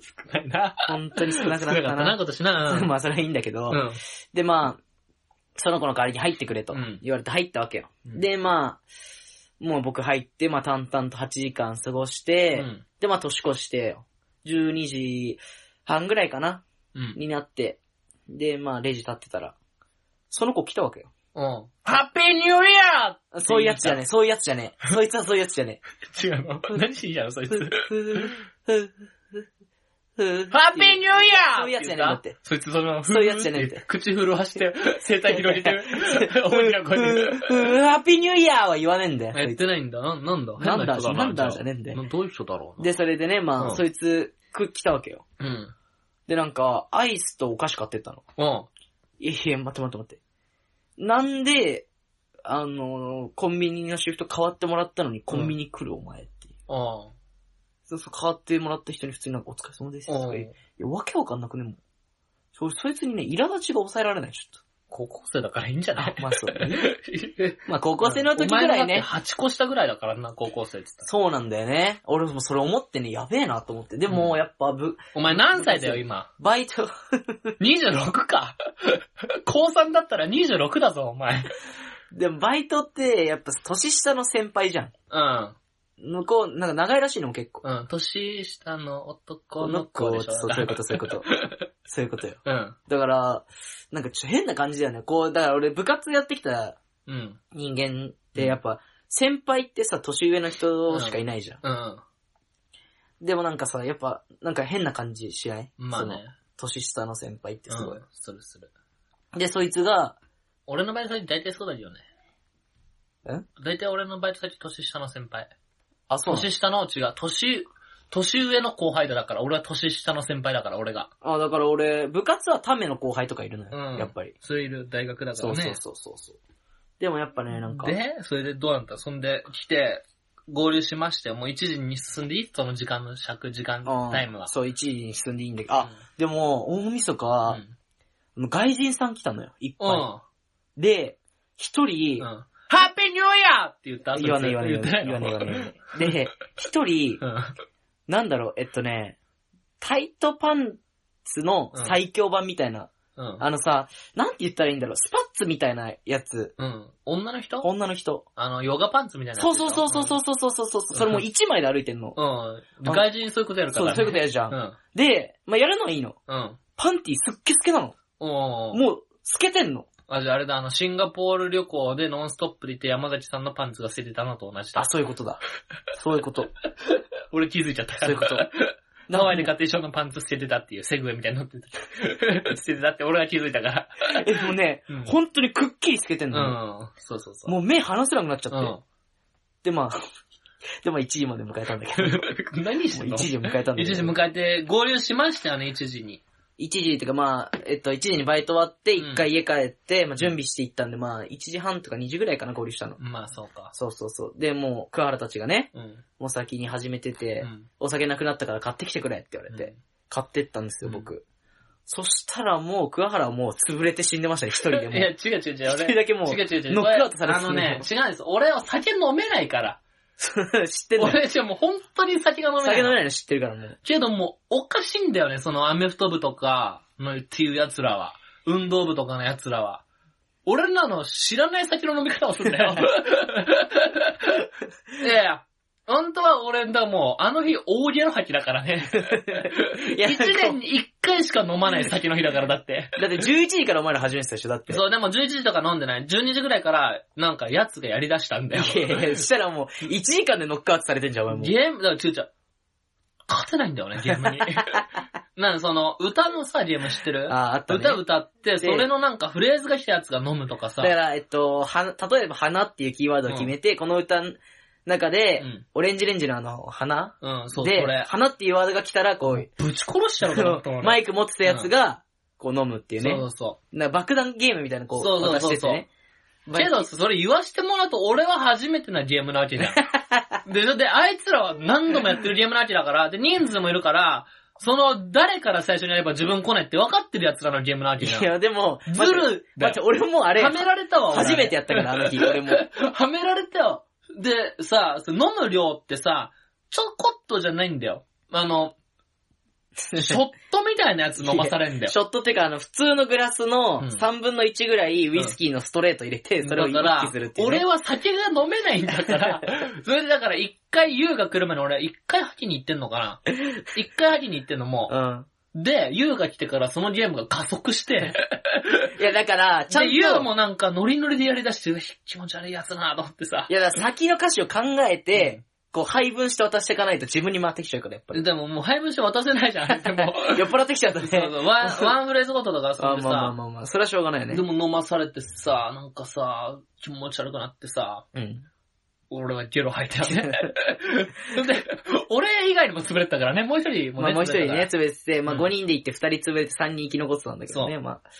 Speaker 2: 少ないな。
Speaker 1: 本当に少なく
Speaker 2: 少
Speaker 1: な
Speaker 2: な
Speaker 1: っ
Speaker 2: かったたな、
Speaker 1: な。
Speaker 2: 今年な。
Speaker 1: まあ、それはいいんだけど、
Speaker 2: うん。
Speaker 1: で、まあ、その子の代わりに入ってくれと
Speaker 2: うん
Speaker 1: 言われて入ったわけよ。
Speaker 2: うん
Speaker 1: で、まあ、もう僕入って、まあ淡々と8時間過ごし
Speaker 2: う
Speaker 1: て、
Speaker 2: ん。
Speaker 1: で、まあ年越して、12時半ぐらいかな、
Speaker 2: うん。
Speaker 1: になって、で、まあレジ立ってたら、その子来たわけよ。
Speaker 2: うん。ハッピーニューイヤ
Speaker 1: そういうやつじゃねえ、そういうやつじゃねえ。そいつはそういうやつじゃね
Speaker 2: ー違うの何しにやろ、そ
Speaker 1: え。
Speaker 2: いつ。
Speaker 1: ふ
Speaker 2: ハッ
Speaker 1: ふふふふ
Speaker 2: ピーニューイヤー
Speaker 1: そういうやつじゃねえんだって。
Speaker 2: そいつその、
Speaker 1: そういうやつじゃねえんだって
Speaker 2: 口震わして、声帯広 げて、大きな声で。
Speaker 1: ふふふハッピーニューイヤーは言わねえんだよ。
Speaker 2: やってないんだ。な、なんだ
Speaker 1: なんだ
Speaker 2: 変人な
Speaker 1: なんだ
Speaker 2: じ
Speaker 1: じゃねえんだよ
Speaker 2: などういう人だろうな。
Speaker 1: で、それでね、まあ、
Speaker 2: うん
Speaker 1: そいつ、く、来たわけよ。
Speaker 2: うん。
Speaker 1: で、なんか、アイスとお菓子買ってったの。
Speaker 2: うん。
Speaker 1: いやいや、待って待って待って。なんで、あのーコンビニのシフト変わってもらったのに、コンビニ来るお前っていう。
Speaker 2: うん。
Speaker 1: そうそう、変わってもらった人に普通になんかお疲れ様ですとか言
Speaker 2: う
Speaker 1: う。
Speaker 2: ん
Speaker 1: い。や、わけわかんなくね、もう。そ、そいつにね、苛立ちが抑えられない、ちょっ
Speaker 2: 高校生だからいいんじゃ
Speaker 1: と。
Speaker 2: な
Speaker 1: あ
Speaker 2: い、
Speaker 1: まあ そうだね。まあ高校生の時ぐ
Speaker 2: お前
Speaker 1: ら
Speaker 2: だ
Speaker 1: い
Speaker 2: って
Speaker 1: ね。
Speaker 2: 8個下ぐらいだからな、高校生って言ったら
Speaker 1: そうなんだよね。俺もそれ思ってね、やべえなと思って。でも、
Speaker 2: うん
Speaker 1: やっぱ、ぶ、
Speaker 2: お前何歳だよ、今。
Speaker 1: バイト、
Speaker 2: 26か。 高3だったら26だぞ、お前。
Speaker 1: でもバイトって、やっぱ年下の先輩じゃん。
Speaker 2: うん。
Speaker 1: 向こう、なんか長いらしいのも結構。
Speaker 2: うん、年下の男
Speaker 1: こ
Speaker 2: の
Speaker 1: の子、
Speaker 2: 子で
Speaker 1: そ
Speaker 2: しょ。
Speaker 1: う、そういうこと、そういうこと。そういうことよ。
Speaker 2: うん、
Speaker 1: だから、なんかちょ変な感じだよね。こう、だから俺部活やってきた
Speaker 2: うん、
Speaker 1: 人間ってやっぱ、先輩ってさ、年上の人しかいないじゃん。
Speaker 2: うん。
Speaker 1: でもなんかさ、やっぱ、なんか変な感じしない
Speaker 2: まあ
Speaker 1: その
Speaker 2: ね。
Speaker 1: 年下の先輩ってすごい。
Speaker 2: うんするする。
Speaker 1: で、そいつが、
Speaker 2: 俺のバイト先大体そうだよね。
Speaker 1: え
Speaker 2: 大体俺のバイト先年下の先輩。
Speaker 1: あ、そうなの
Speaker 2: 年下の違う。年、年上の後輩だだから、俺は年下の先輩だから、俺が。
Speaker 1: あ、だから俺、部活はための後輩とかいるのよ。
Speaker 2: うん
Speaker 1: やっぱり。
Speaker 2: それいる大学だか
Speaker 1: そ
Speaker 2: ら
Speaker 1: う
Speaker 2: ね。
Speaker 1: そうそうそうそう。でもやっぱね、なんか、
Speaker 2: で、それでどうなったそんで来て、合流しまして、もう1時に進んでいいその時間の尺、時間、
Speaker 1: うん
Speaker 2: タイムは。
Speaker 1: そう、1位に進んでいいんだけど、あ、でも、大晦日は、外人さん来たのよ、いっ
Speaker 2: うん。うん。
Speaker 1: ぱい。で、一人、
Speaker 2: うんハッピーニューイヤーって言った
Speaker 1: 言わねえ言わねえ
Speaker 2: 言ったよ
Speaker 1: 言わねえ言わ ねえ。で、一人、なんだろう、えっとね、タイトパンツの最強版みたいな、
Speaker 2: うん。うん
Speaker 1: あのさ、なんて言ったらいいんだろう、スパッツみたいなやつ、
Speaker 2: うん。女の人
Speaker 1: 女の人。
Speaker 2: あの、ヨガパンツみたいなやつ
Speaker 1: そう
Speaker 2: でし
Speaker 1: そ
Speaker 2: ょ。
Speaker 1: うそうそうそうそうそうそう、それもう一枚で歩いてんの。
Speaker 2: うん。うん。外人そういうことやるか
Speaker 1: そ
Speaker 2: ら、
Speaker 1: う、
Speaker 2: ね。
Speaker 1: そういうことやるじゃん。で、まあ、やるのはいいの。
Speaker 2: うん。うん。
Speaker 1: パンティすっけすけなの。
Speaker 2: おー。
Speaker 1: もう、透けてんの。
Speaker 2: あ、じゃああれだ、あの、シンガポール旅行でノンストップでいて山崎さんのパンツが捨ててたのと同じだ
Speaker 1: あ、。そういうことだ。そういう こと。
Speaker 2: 俺気づいちゃった。
Speaker 1: そういうこと。
Speaker 2: ハワイで買って一緒のパンツ捨ててたっていうセグウェイみたいに なの乗ってた。捨ててたって俺が気づいたか
Speaker 1: え、でもね、
Speaker 2: うん
Speaker 1: 本当にくっきり透けてんの、
Speaker 2: ら。うん。そうそうそう。
Speaker 1: もう目離せなくなっちゃって。
Speaker 2: う
Speaker 1: で、まあ、 で、まあ1時まで迎えたんだけど。
Speaker 2: ん。 何してん
Speaker 1: 1
Speaker 2: の
Speaker 1: 時を迎えたんだけど。
Speaker 2: 一時
Speaker 1: 1
Speaker 2: 迎えて、合流しましたよね、一時に。
Speaker 1: 時っていうかまあ、えっと、1時にバイト終わって、
Speaker 2: うん
Speaker 1: 1回家帰って、まあ準備していったんで、まあ1時半とか2時ぐらいかな合流したの。
Speaker 2: まあ、そうか。
Speaker 1: そうそうそう。で、もう、桑原たちがね、
Speaker 2: うん。
Speaker 1: もう先に始めてて、
Speaker 2: うん
Speaker 1: お酒なくなったから買ってきてくれって言われて、買ってったんですよ、
Speaker 2: うん
Speaker 1: 僕。そしたらもう、桑原はもう潰れて死んでましたね、一人でも
Speaker 2: いや、違う違う違う。
Speaker 1: 一人
Speaker 2: 俺、
Speaker 1: だけもう
Speaker 2: 違う、違う違う。
Speaker 1: ノックアウトされて
Speaker 2: あ
Speaker 1: た
Speaker 2: のね、違うんです。俺は酒飲めないから。
Speaker 1: 知ってんのよ
Speaker 2: 俺、しかもう本当に酒が飲めない。
Speaker 1: 酒飲めないの知ってるからね。
Speaker 2: けどもう、おかしいんだよね、そのアメフト部とか、のっていう奴らは。運動部とかの奴らは。俺らの知らない先の飲み方をする んだよ。いやいや、本当は俺、だからもう、あの日大ゲの吐きだからね。
Speaker 1: い
Speaker 2: 一年
Speaker 1: だ
Speaker 2: に一回しか飲まない酒の日だから、だって。
Speaker 1: って11時からお前ら始めてたでしょ、だって。
Speaker 2: そう、でも11時とか飲んでない。12時ぐらいから、なんか奴がやり出したんだよ。
Speaker 1: いやいや、そしたらもう、1時間でノックアウトされてんじゃん、お前もう。
Speaker 2: ゲーム、だから、ちうちゃん、勝てないんだよね、ゲーム に。なんかその、歌のさ、ゲーム知ってる
Speaker 1: あ、あったね。
Speaker 2: 歌
Speaker 1: だ
Speaker 2: 歌って、それのなんかフレーズが来たやつが飲むとかさ。
Speaker 1: から、えっと、は、例えば花っていうキーワードを決めて、この歌の中で、
Speaker 2: うん
Speaker 1: オレンジレンジのあの、花
Speaker 2: うん、そう、そ
Speaker 1: で
Speaker 2: れ、。
Speaker 1: 花っていうワードが来たら、こう、
Speaker 2: ぶち殺しちゃうかなと思う。
Speaker 1: マイク持ってたやつが、こう飲むっていう
Speaker 2: そうそ
Speaker 1: ね
Speaker 2: う。そ
Speaker 1: な爆弾ゲームみたいな、こう、
Speaker 2: そうそう
Speaker 1: 渡
Speaker 2: そう
Speaker 1: しててね。
Speaker 2: う。けど、それ言わしてもらうと、俺は初めてなゲームなわけ じゃん。で、で、あいつらは何度もやってるゲームなわけだから、で、人数もいるから、その、誰から最初にやれば自分来ないって分かってる奴らのゲームなわけ
Speaker 1: い
Speaker 2: じゃん。
Speaker 1: や、でも、
Speaker 2: ずる
Speaker 1: 待
Speaker 2: だよ
Speaker 1: って、俺もあれ
Speaker 2: は、められたわ、俺
Speaker 1: 初めてやったから、あの 日、俺も。
Speaker 2: はめられたよ。で、さ、その飲む量ってさ、ちょこっとじゃないんだよ。あの、
Speaker 1: シ
Speaker 2: ショットみたいなやつ飲まされるんだよ。
Speaker 1: ョットっていうか、あの、普通のグラスの
Speaker 2: うん
Speaker 1: 3分の1ぐらいウイスキーのストレート入れて、それを一
Speaker 2: だから
Speaker 1: 気するっていうね、
Speaker 2: 俺は酒が飲めないん だから、それでだから一回優が来る前に俺は一回吐きに行ってんのかな一回吐きに行ってんのも、で、優が来てからそのゲームが加速して、
Speaker 1: うん。いや、だから、 ちゃん
Speaker 2: で、
Speaker 1: と、い
Speaker 2: 優もなんかノリノリでやり出して、うわ気持ち悪いやつだなと思ってさ。
Speaker 1: や、だから先の歌詞を考えて、こう配分して渡していかないと自分に回ってきちゃうから、やっぱり。
Speaker 2: でももう配分して渡せないじ ゃん、でも。
Speaker 1: 酔っ払ってきちゃうとね。
Speaker 2: そうそう ワンワンフレーズごととかそ
Speaker 1: あ
Speaker 2: んで
Speaker 1: まあまあ
Speaker 2: さ、
Speaker 1: まあまあ、それはしょうがないよね
Speaker 2: で。も飲まされてさ、なんかさ、気持ち悪くなってさ、
Speaker 1: うん。
Speaker 2: 俺はゲロ吐いたよね。 で、俺以外にも潰れてたからね、もう一人も
Speaker 1: まあ
Speaker 2: ね、
Speaker 1: もう一人ね、
Speaker 2: 潰
Speaker 1: 潰
Speaker 2: れて
Speaker 1: れてて、まあ
Speaker 2: うん
Speaker 1: 5人で行って2人潰れて3人生き残ってたんだけどね、まあ。
Speaker 2: たから。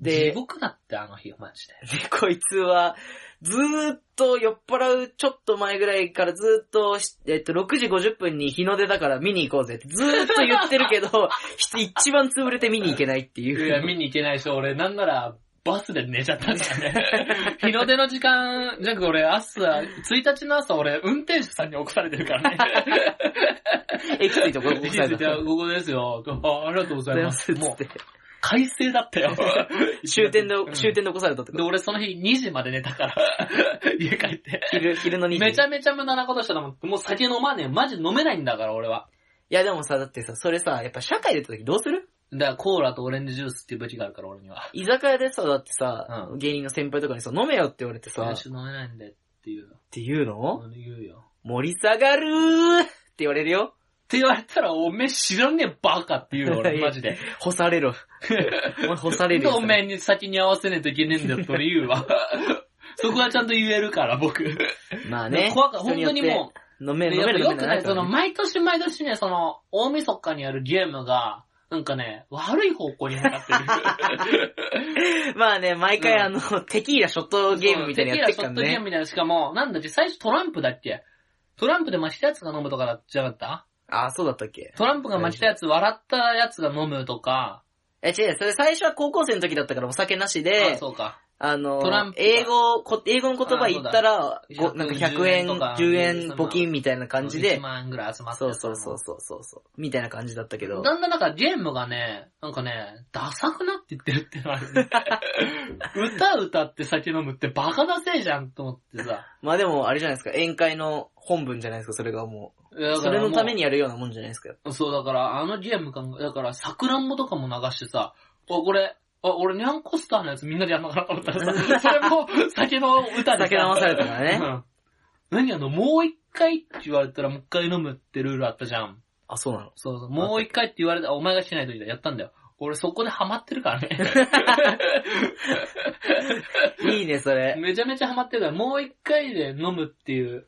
Speaker 2: 地
Speaker 1: で、
Speaker 2: 獄だって、あの日、マジで。
Speaker 1: でこいつは、ずーっと酔っ払うちょっと前ぐらいからずーっとし、えっと、6時50分に日の出だから見に行こうぜってずーっと言ってるけど、 ひ一番潰れて見に行けないっていう。
Speaker 2: いや、見に行けないし、俺、なんなら、バスで寝ちゃったんだよね。 日の出の時間、じゃなく俺、朝、1日の朝、俺、運転手さんに起こされてるからね。
Speaker 1: 駅着いたところ、
Speaker 2: い
Speaker 1: 国
Speaker 2: つ
Speaker 1: 際
Speaker 2: いて
Speaker 1: だ。
Speaker 2: ここですよ。あありがとうございます。
Speaker 1: も
Speaker 2: もう、快晴だったよ。
Speaker 1: 終点で
Speaker 2: う、ん
Speaker 1: 終点で起こされたってこ
Speaker 2: で、
Speaker 1: と
Speaker 2: 俺その日2時まで寝たから、家帰って。
Speaker 1: 昼、昼の2時。
Speaker 2: めち
Speaker 1: ゃい
Speaker 2: ゃめちゃ無駄なことしたと思って、もう酒飲まねえ。マジ飲めないんだから、俺は。
Speaker 1: やでもさ、だってさ、それさ、やっぱ社会出た時どうする
Speaker 2: だからコーラとオレンジジュースっていう武器があるから、俺には。
Speaker 1: 居酒屋でさ、だってさ、
Speaker 2: う
Speaker 1: 芸人の先輩とかにさ、飲めよって言われてさ、
Speaker 2: 最
Speaker 1: っ
Speaker 2: 初飲めないんでっていう。
Speaker 1: て言うの
Speaker 2: 言うよ。
Speaker 1: 盛り下がるーって言われるよ。
Speaker 2: って言われたら、おめえ知らねえバカって言うよ、 俺、マジで。
Speaker 1: 干されろ。お前干されるよ。
Speaker 2: おめえに先に合わせねえといけねえんだよって俺言 うわ。そこはちゃんと言えるから、僕。
Speaker 1: それまあね。
Speaker 2: 怖か、本当に
Speaker 1: 人よ
Speaker 2: も
Speaker 1: って。飲め
Speaker 2: う、
Speaker 1: る
Speaker 2: ね
Speaker 1: 飲
Speaker 2: や
Speaker 1: め
Speaker 2: っぱ
Speaker 1: る飲め
Speaker 2: よ
Speaker 1: る
Speaker 2: くね、その、
Speaker 1: なんかね
Speaker 2: 毎年毎年ね、その、大晦日にあるゲームが、なんかね、悪い方向に向かってる。
Speaker 1: まあね、毎回あの、テキーラショットゲームみたいなのやってっ
Speaker 2: テキ
Speaker 1: から
Speaker 2: ーラショットゲーム
Speaker 1: ね。
Speaker 2: みたいな、しかも、なんだっけ、最初トランプだっけトランプで負けたやつが飲むとかだっじゃなかった
Speaker 1: ああ、そうだったっけ
Speaker 2: トランプが負けたやつ、笑ったやつが飲むとか、
Speaker 1: え、違う、それ最初は高校生の時だったからお酒なし
Speaker 2: あ
Speaker 1: で、
Speaker 2: そうか。
Speaker 1: あの
Speaker 2: トラン、プ
Speaker 1: 英語、こ英語の言葉言ったら、
Speaker 2: そうだ
Speaker 1: ごなんか100円、
Speaker 2: 100円とか
Speaker 1: 10円募金みたいな感じ
Speaker 2: 1
Speaker 1: で、
Speaker 2: 万円ぐらい集まって
Speaker 1: そうそうそうそうそうそう、みたいな感じだったけど、
Speaker 2: だんだんなんかゲームがね、なんかね、ダサくなってってるってのはある ね歌歌って酒飲むってバカだせえじゃんと思ってさ。
Speaker 1: まあでもあれじゃないですか、宴会の本文じゃないですか、それがも
Speaker 2: いや
Speaker 1: う。
Speaker 2: だか
Speaker 1: そ
Speaker 2: ら
Speaker 1: れ
Speaker 2: もう
Speaker 1: のためにやるようなもんじゃないですか。
Speaker 2: そう、だから、あのゲーム感が、だから、さくらんぼとかも流してさ、あ、これ、あ、俺、ニャンコスターのやつみんなでやんのかなと思ったら さ、それも、酒の歌でさ。
Speaker 1: 酒飲まされたからね
Speaker 2: うん。何あの、もう一回って言われたらもう一回飲むってルールあったじゃん。
Speaker 1: あ、そうなの
Speaker 2: そうそう、もう一回って言われた、あお前が来てない時だ、やったんだよ。俺そこでハマって るからね。
Speaker 1: いいね、それ。
Speaker 2: めちゃめちゃハマってるから、もう一回で飲むっていう。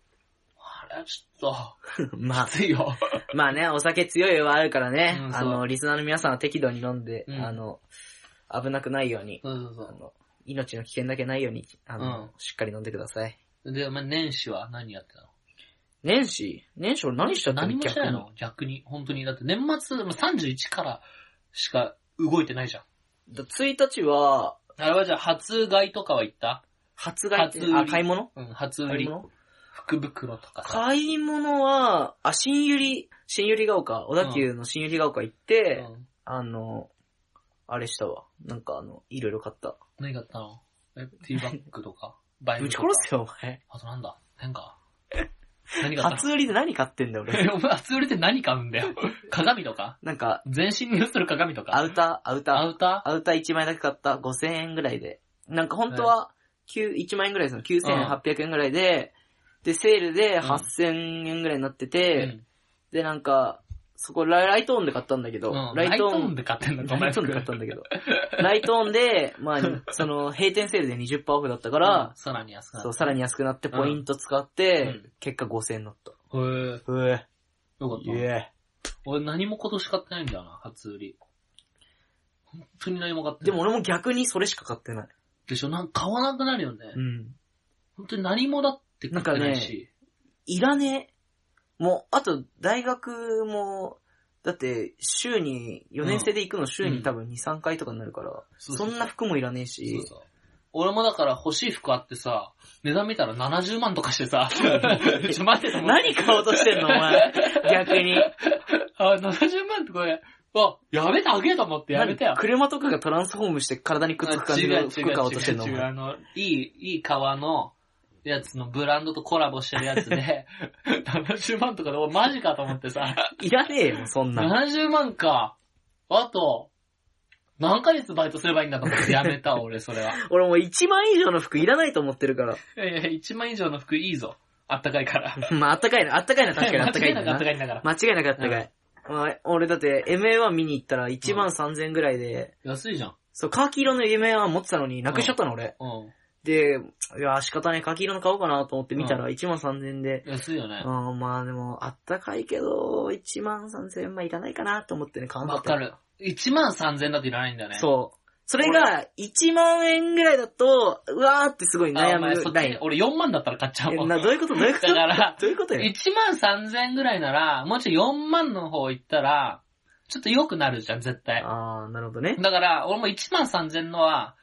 Speaker 2: あれはちょっ
Speaker 1: まあ
Speaker 2: と、、熱いよ。
Speaker 1: まあね、お酒強いはあるからね、
Speaker 2: うん
Speaker 1: あ
Speaker 2: そ
Speaker 1: の、
Speaker 2: う
Speaker 1: リスナーの皆さんは適度に飲んで、
Speaker 2: うん
Speaker 1: あの、危なくないように、
Speaker 2: そうそうそ
Speaker 1: あの、命の危険だけないように、あの、
Speaker 2: うん
Speaker 1: しっかり飲んでください。
Speaker 2: う。で、お前、年始は何やってたの
Speaker 1: 年始年始俺何したって
Speaker 2: 何もしてないの逆に。本当に。だって年末、もう31からしか動いてないじゃん。
Speaker 1: だ ?1 日は、
Speaker 2: あれはじゃあ、初買いとかは行った
Speaker 1: 発売って
Speaker 2: 初売り
Speaker 1: あ、買い物
Speaker 2: うん、初売
Speaker 1: 買い
Speaker 2: り。
Speaker 1: 物
Speaker 2: 福袋とかさ。
Speaker 1: 買い物は、あ、新ゆり、新ゆりが丘、小田急の新ゆりが丘行って、
Speaker 2: うん。
Speaker 1: あの、あれしたわ。なんかあの、いろいろ買った。
Speaker 2: 何買ったのえ、ティーバッグとか、バ イ
Speaker 1: ぶ
Speaker 2: ブ
Speaker 1: ち
Speaker 2: と
Speaker 1: 殺
Speaker 2: か。
Speaker 1: すよ、お前。
Speaker 2: あとなんだ 何か。何買ったの
Speaker 1: 初売りで何買ってんだよ、 俺。
Speaker 2: えお前、初売りって何買うん だよ。鏡とか
Speaker 1: なんか、
Speaker 2: 全身に映る鏡とか
Speaker 1: アウター、アウタ
Speaker 2: ア
Speaker 1: ー、
Speaker 2: ウタ
Speaker 1: アウター1枚だけ買った。5000円ぐらいで。なんか本当は、9 1万円ぐらいですの。9800円ぐらいで、で、セールで
Speaker 2: うん
Speaker 1: 8000円ぐらいになって
Speaker 2: ー
Speaker 1: て、
Speaker 2: うん
Speaker 1: で、なんか、そこライライトオンで買ったんだけど、
Speaker 2: うんライトオンで買ってんだ、お
Speaker 1: ラ
Speaker 2: 前
Speaker 1: イトオンで買ったんだけど、ライトオン で、まあ、その、閉店セールで20%オフだったか
Speaker 2: うん
Speaker 1: ら、
Speaker 2: さらに安くな
Speaker 1: そう、
Speaker 2: っ
Speaker 1: さらに安くなってポイント使って、
Speaker 2: うん
Speaker 1: 結果5000円だった。
Speaker 2: た。へえ、
Speaker 1: うえ、
Speaker 2: よかった
Speaker 1: い。え。
Speaker 2: 俺何も今年買ってないんだよな、初売り。本当に何も買って
Speaker 1: で
Speaker 2: ない。
Speaker 1: も、俺も逆にそれしか買ってない。
Speaker 2: でしょ、なんか買わなくなるよね。
Speaker 1: うん。
Speaker 2: 本当に何もだって買ってないし。
Speaker 1: いらねえ。もう、あと、大学も、だって、週に、4年生で行くの週に多分2、3回とかになるから、
Speaker 2: そう
Speaker 1: そ
Speaker 2: そうん
Speaker 1: な服もいらねえ
Speaker 2: そ
Speaker 1: し
Speaker 2: う、そう。俺もだから欲しい服あってさ、値段見たら70万とかして さ、ちょ待ってと思って
Speaker 1: 何買おうとしてんの、お 前。逆に。
Speaker 2: あ、70万ってこれ、あ、やめてあげと思ってやめてよ
Speaker 1: 何。車とかがトランスフォームして体にくっつく感じ
Speaker 2: あ違う違
Speaker 1: の
Speaker 2: う
Speaker 1: 服買おうとしてんの、お
Speaker 2: 違う違う
Speaker 1: 前
Speaker 2: あの、いい、いい革の、やつのブランドとコラボしてるやつ で、70万とかで、おマジかと思ってさ、
Speaker 1: いらねえよ、そんなの。
Speaker 2: 70万か。あと、何ヶ月バイトすればいいんだと思ってやめ た、俺、それは。
Speaker 1: 俺もう1万以上の服いらないと思ってるから。
Speaker 2: いやいや、1万以上の服いいぞ。あったかいから。
Speaker 1: まあ、あったかいな、あったかいな、確かにあったかい
Speaker 2: 間
Speaker 1: ない
Speaker 2: 違なくあったかいんだから。
Speaker 1: 間違いなかったかい。まあ、俺だって、MA1 見に行ったら1万3000円ぐらいで、
Speaker 2: 安いじゃん。
Speaker 1: そう、カーキ色の MA1 持ってたのに、なくしちゃったの、俺。
Speaker 2: う
Speaker 1: で、いや、仕方ねえ、カーキ色の買おうかなと思って見たら1万3000円で、
Speaker 2: ん。安いよね。
Speaker 1: うん、まあでも、あったかいけど、1万3000円、まあいらないかなと思ってね、買わなか
Speaker 2: わ
Speaker 1: った
Speaker 2: か。る。1万3000だといらないんだよね。う。
Speaker 1: そう。それが、1万円ぐらいだと、うわーってすごい
Speaker 2: あ、
Speaker 1: 悩
Speaker 2: お前、そ
Speaker 1: む
Speaker 2: っ
Speaker 1: ラ
Speaker 2: ち
Speaker 1: イ、ン。
Speaker 2: 俺4万だったら買っちゃう
Speaker 1: え
Speaker 2: もん。
Speaker 1: な、どういうことどういうこと
Speaker 2: だから
Speaker 1: どういうことよ。
Speaker 2: 1万3000ぐらいなら、もうちょい4万の方行ったら、ちょっと良くなるじゃん、絶対。
Speaker 1: あー、なるほどね。
Speaker 2: だから、俺も1万3000のは、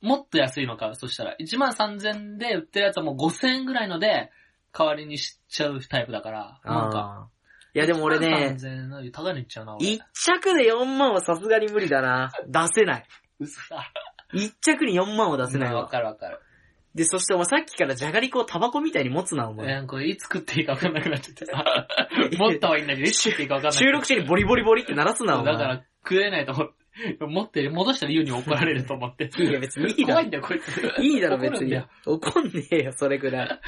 Speaker 2: もっと安いのか、そしたら。1万3000で売ってるやつはもう5000円ぐらいので、代わりにしちゃうタイプだから、なん
Speaker 1: あ
Speaker 2: か、
Speaker 1: いやでも俺ね、
Speaker 2: 3000円、高いのいっちゃうな、俺
Speaker 1: 一。着で4万はさすがに無理だな。出せない。
Speaker 2: 嘘だ。
Speaker 1: 一着に4万は出せない
Speaker 2: わ
Speaker 1: わ。
Speaker 2: かるわかる。
Speaker 1: で、そしてお前さっきからじゃがりこをタバコみたいに持つな、お前。
Speaker 2: えー、これいつ食っていいかわかんなくなっちゃってさ。 持ったはいいんだけど、いつ食っていいかわかんない。
Speaker 1: 収録中にボリボリボリって鳴らすな、
Speaker 2: だ
Speaker 1: お
Speaker 2: か
Speaker 1: 前。
Speaker 2: ら食えないと思って、持って、戻したらユウに怒られると思って。
Speaker 1: いや、別にいいだ
Speaker 2: 怖
Speaker 1: ろ
Speaker 2: いん。だよ、こいつ。
Speaker 1: いいだろ、
Speaker 2: 怒
Speaker 1: 別
Speaker 2: るんだ
Speaker 1: に
Speaker 2: よ。
Speaker 1: 怒んねえよ、それぐら い。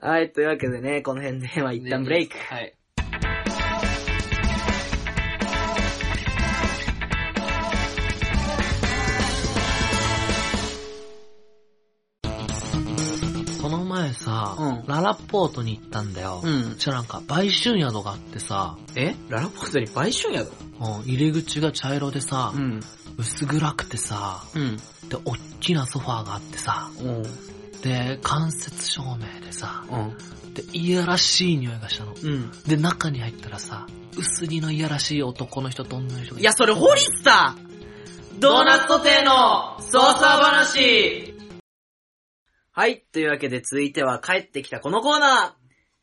Speaker 1: はい、というわけでね、この辺で、まあ一旦ブレイク。
Speaker 2: はい。
Speaker 3: この前さ、
Speaker 1: うん
Speaker 3: ララポートに行ったんだよ。
Speaker 1: うん。
Speaker 3: じゃなんか、売春宿があってさ、
Speaker 1: えララポートに売春やろ
Speaker 3: うん入り口が茶色でさ、
Speaker 1: ん。
Speaker 3: 薄暗くてさ、
Speaker 1: うん。
Speaker 3: で、おっきなソファーがあってさ、
Speaker 1: うん。
Speaker 3: で、間接照明でさ、
Speaker 1: うん。
Speaker 3: で、いやらしい匂いがしたの。
Speaker 1: うん。
Speaker 3: で、中に入ったらさ、薄着のいやらしい男の人と女の人が
Speaker 1: いや、それ、ホリスタードーナツソテーの操作話はい、というわけで続いては帰ってきたこのコーナ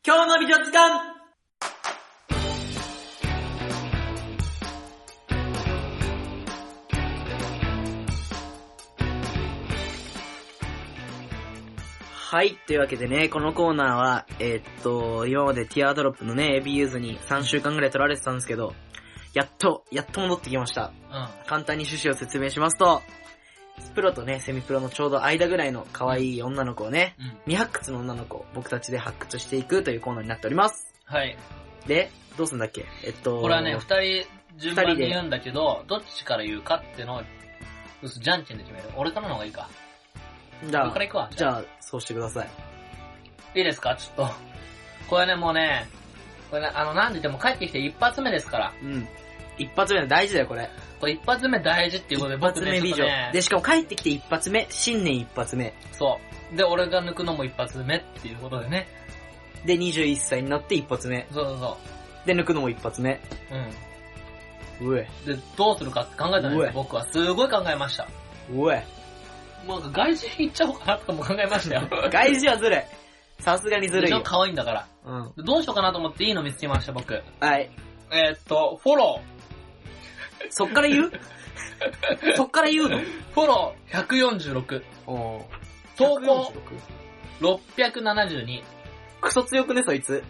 Speaker 1: ー今日の美女図鑑はい。というわけでね、このコーナーは、えーっと、今までティアドロップのね、AB ユーズに3週間ぐらい取られてたんですけど、やっと、やっと戻ってきました。
Speaker 2: うん。
Speaker 1: 簡単に趣旨を説明しますと、プロとね、セミプロのちょうど間ぐらいの可愛い女の子をね、
Speaker 2: うん。
Speaker 1: 未発掘の女の子を僕たちで発掘していくというコーナーになっております。
Speaker 2: はい。
Speaker 1: で、どうすんだっけえっと、
Speaker 2: これはね、二人順番
Speaker 1: 二人
Speaker 2: に
Speaker 1: で
Speaker 2: 言うんだけど、どっちから言うかってのを、うすじゃんけんで決める。俺からの方がいいか。
Speaker 1: じゃ
Speaker 2: 俺か
Speaker 1: あ
Speaker 2: ら、行くわ。
Speaker 1: じゃあ、そうしてください。
Speaker 2: いいですかちょっと。これね、もうね、これね、あの、なんででも帰ってきて一発目ですから。
Speaker 1: うん。一発目の大事だよ、これ。
Speaker 2: これ一発目大事っていうことで、
Speaker 1: 一発目
Speaker 2: 僕ね
Speaker 1: 美
Speaker 2: ちょっとね
Speaker 1: 女。で、しかも帰ってきて一発目、新年一発目。
Speaker 2: そう。で、俺が抜くのも一発目っていうことでね。
Speaker 1: で、21歳になって一発目。
Speaker 2: そうそうそ
Speaker 1: で、抜くのも一発目。
Speaker 2: う。うん。
Speaker 1: うえ、
Speaker 2: で、どうするかって考えたん
Speaker 1: う
Speaker 2: で
Speaker 1: え
Speaker 2: す僕は。すごい考えました。
Speaker 1: う え。
Speaker 2: もうなんか外人行っちゃおうかなとかも考えましたよ。
Speaker 1: 外人はずるい。さすがに ずるい
Speaker 2: 一応
Speaker 1: よ。
Speaker 2: 可愛いんだから。
Speaker 1: うん。
Speaker 2: どうしようかなと思っていいの見つけました、僕。え
Speaker 1: はい。
Speaker 2: ー、っと、フォロ
Speaker 1: そっから言うそっから言うの
Speaker 2: ー。フォロー146。
Speaker 1: お
Speaker 2: 投稿672。
Speaker 1: クソ強くね、そいつ。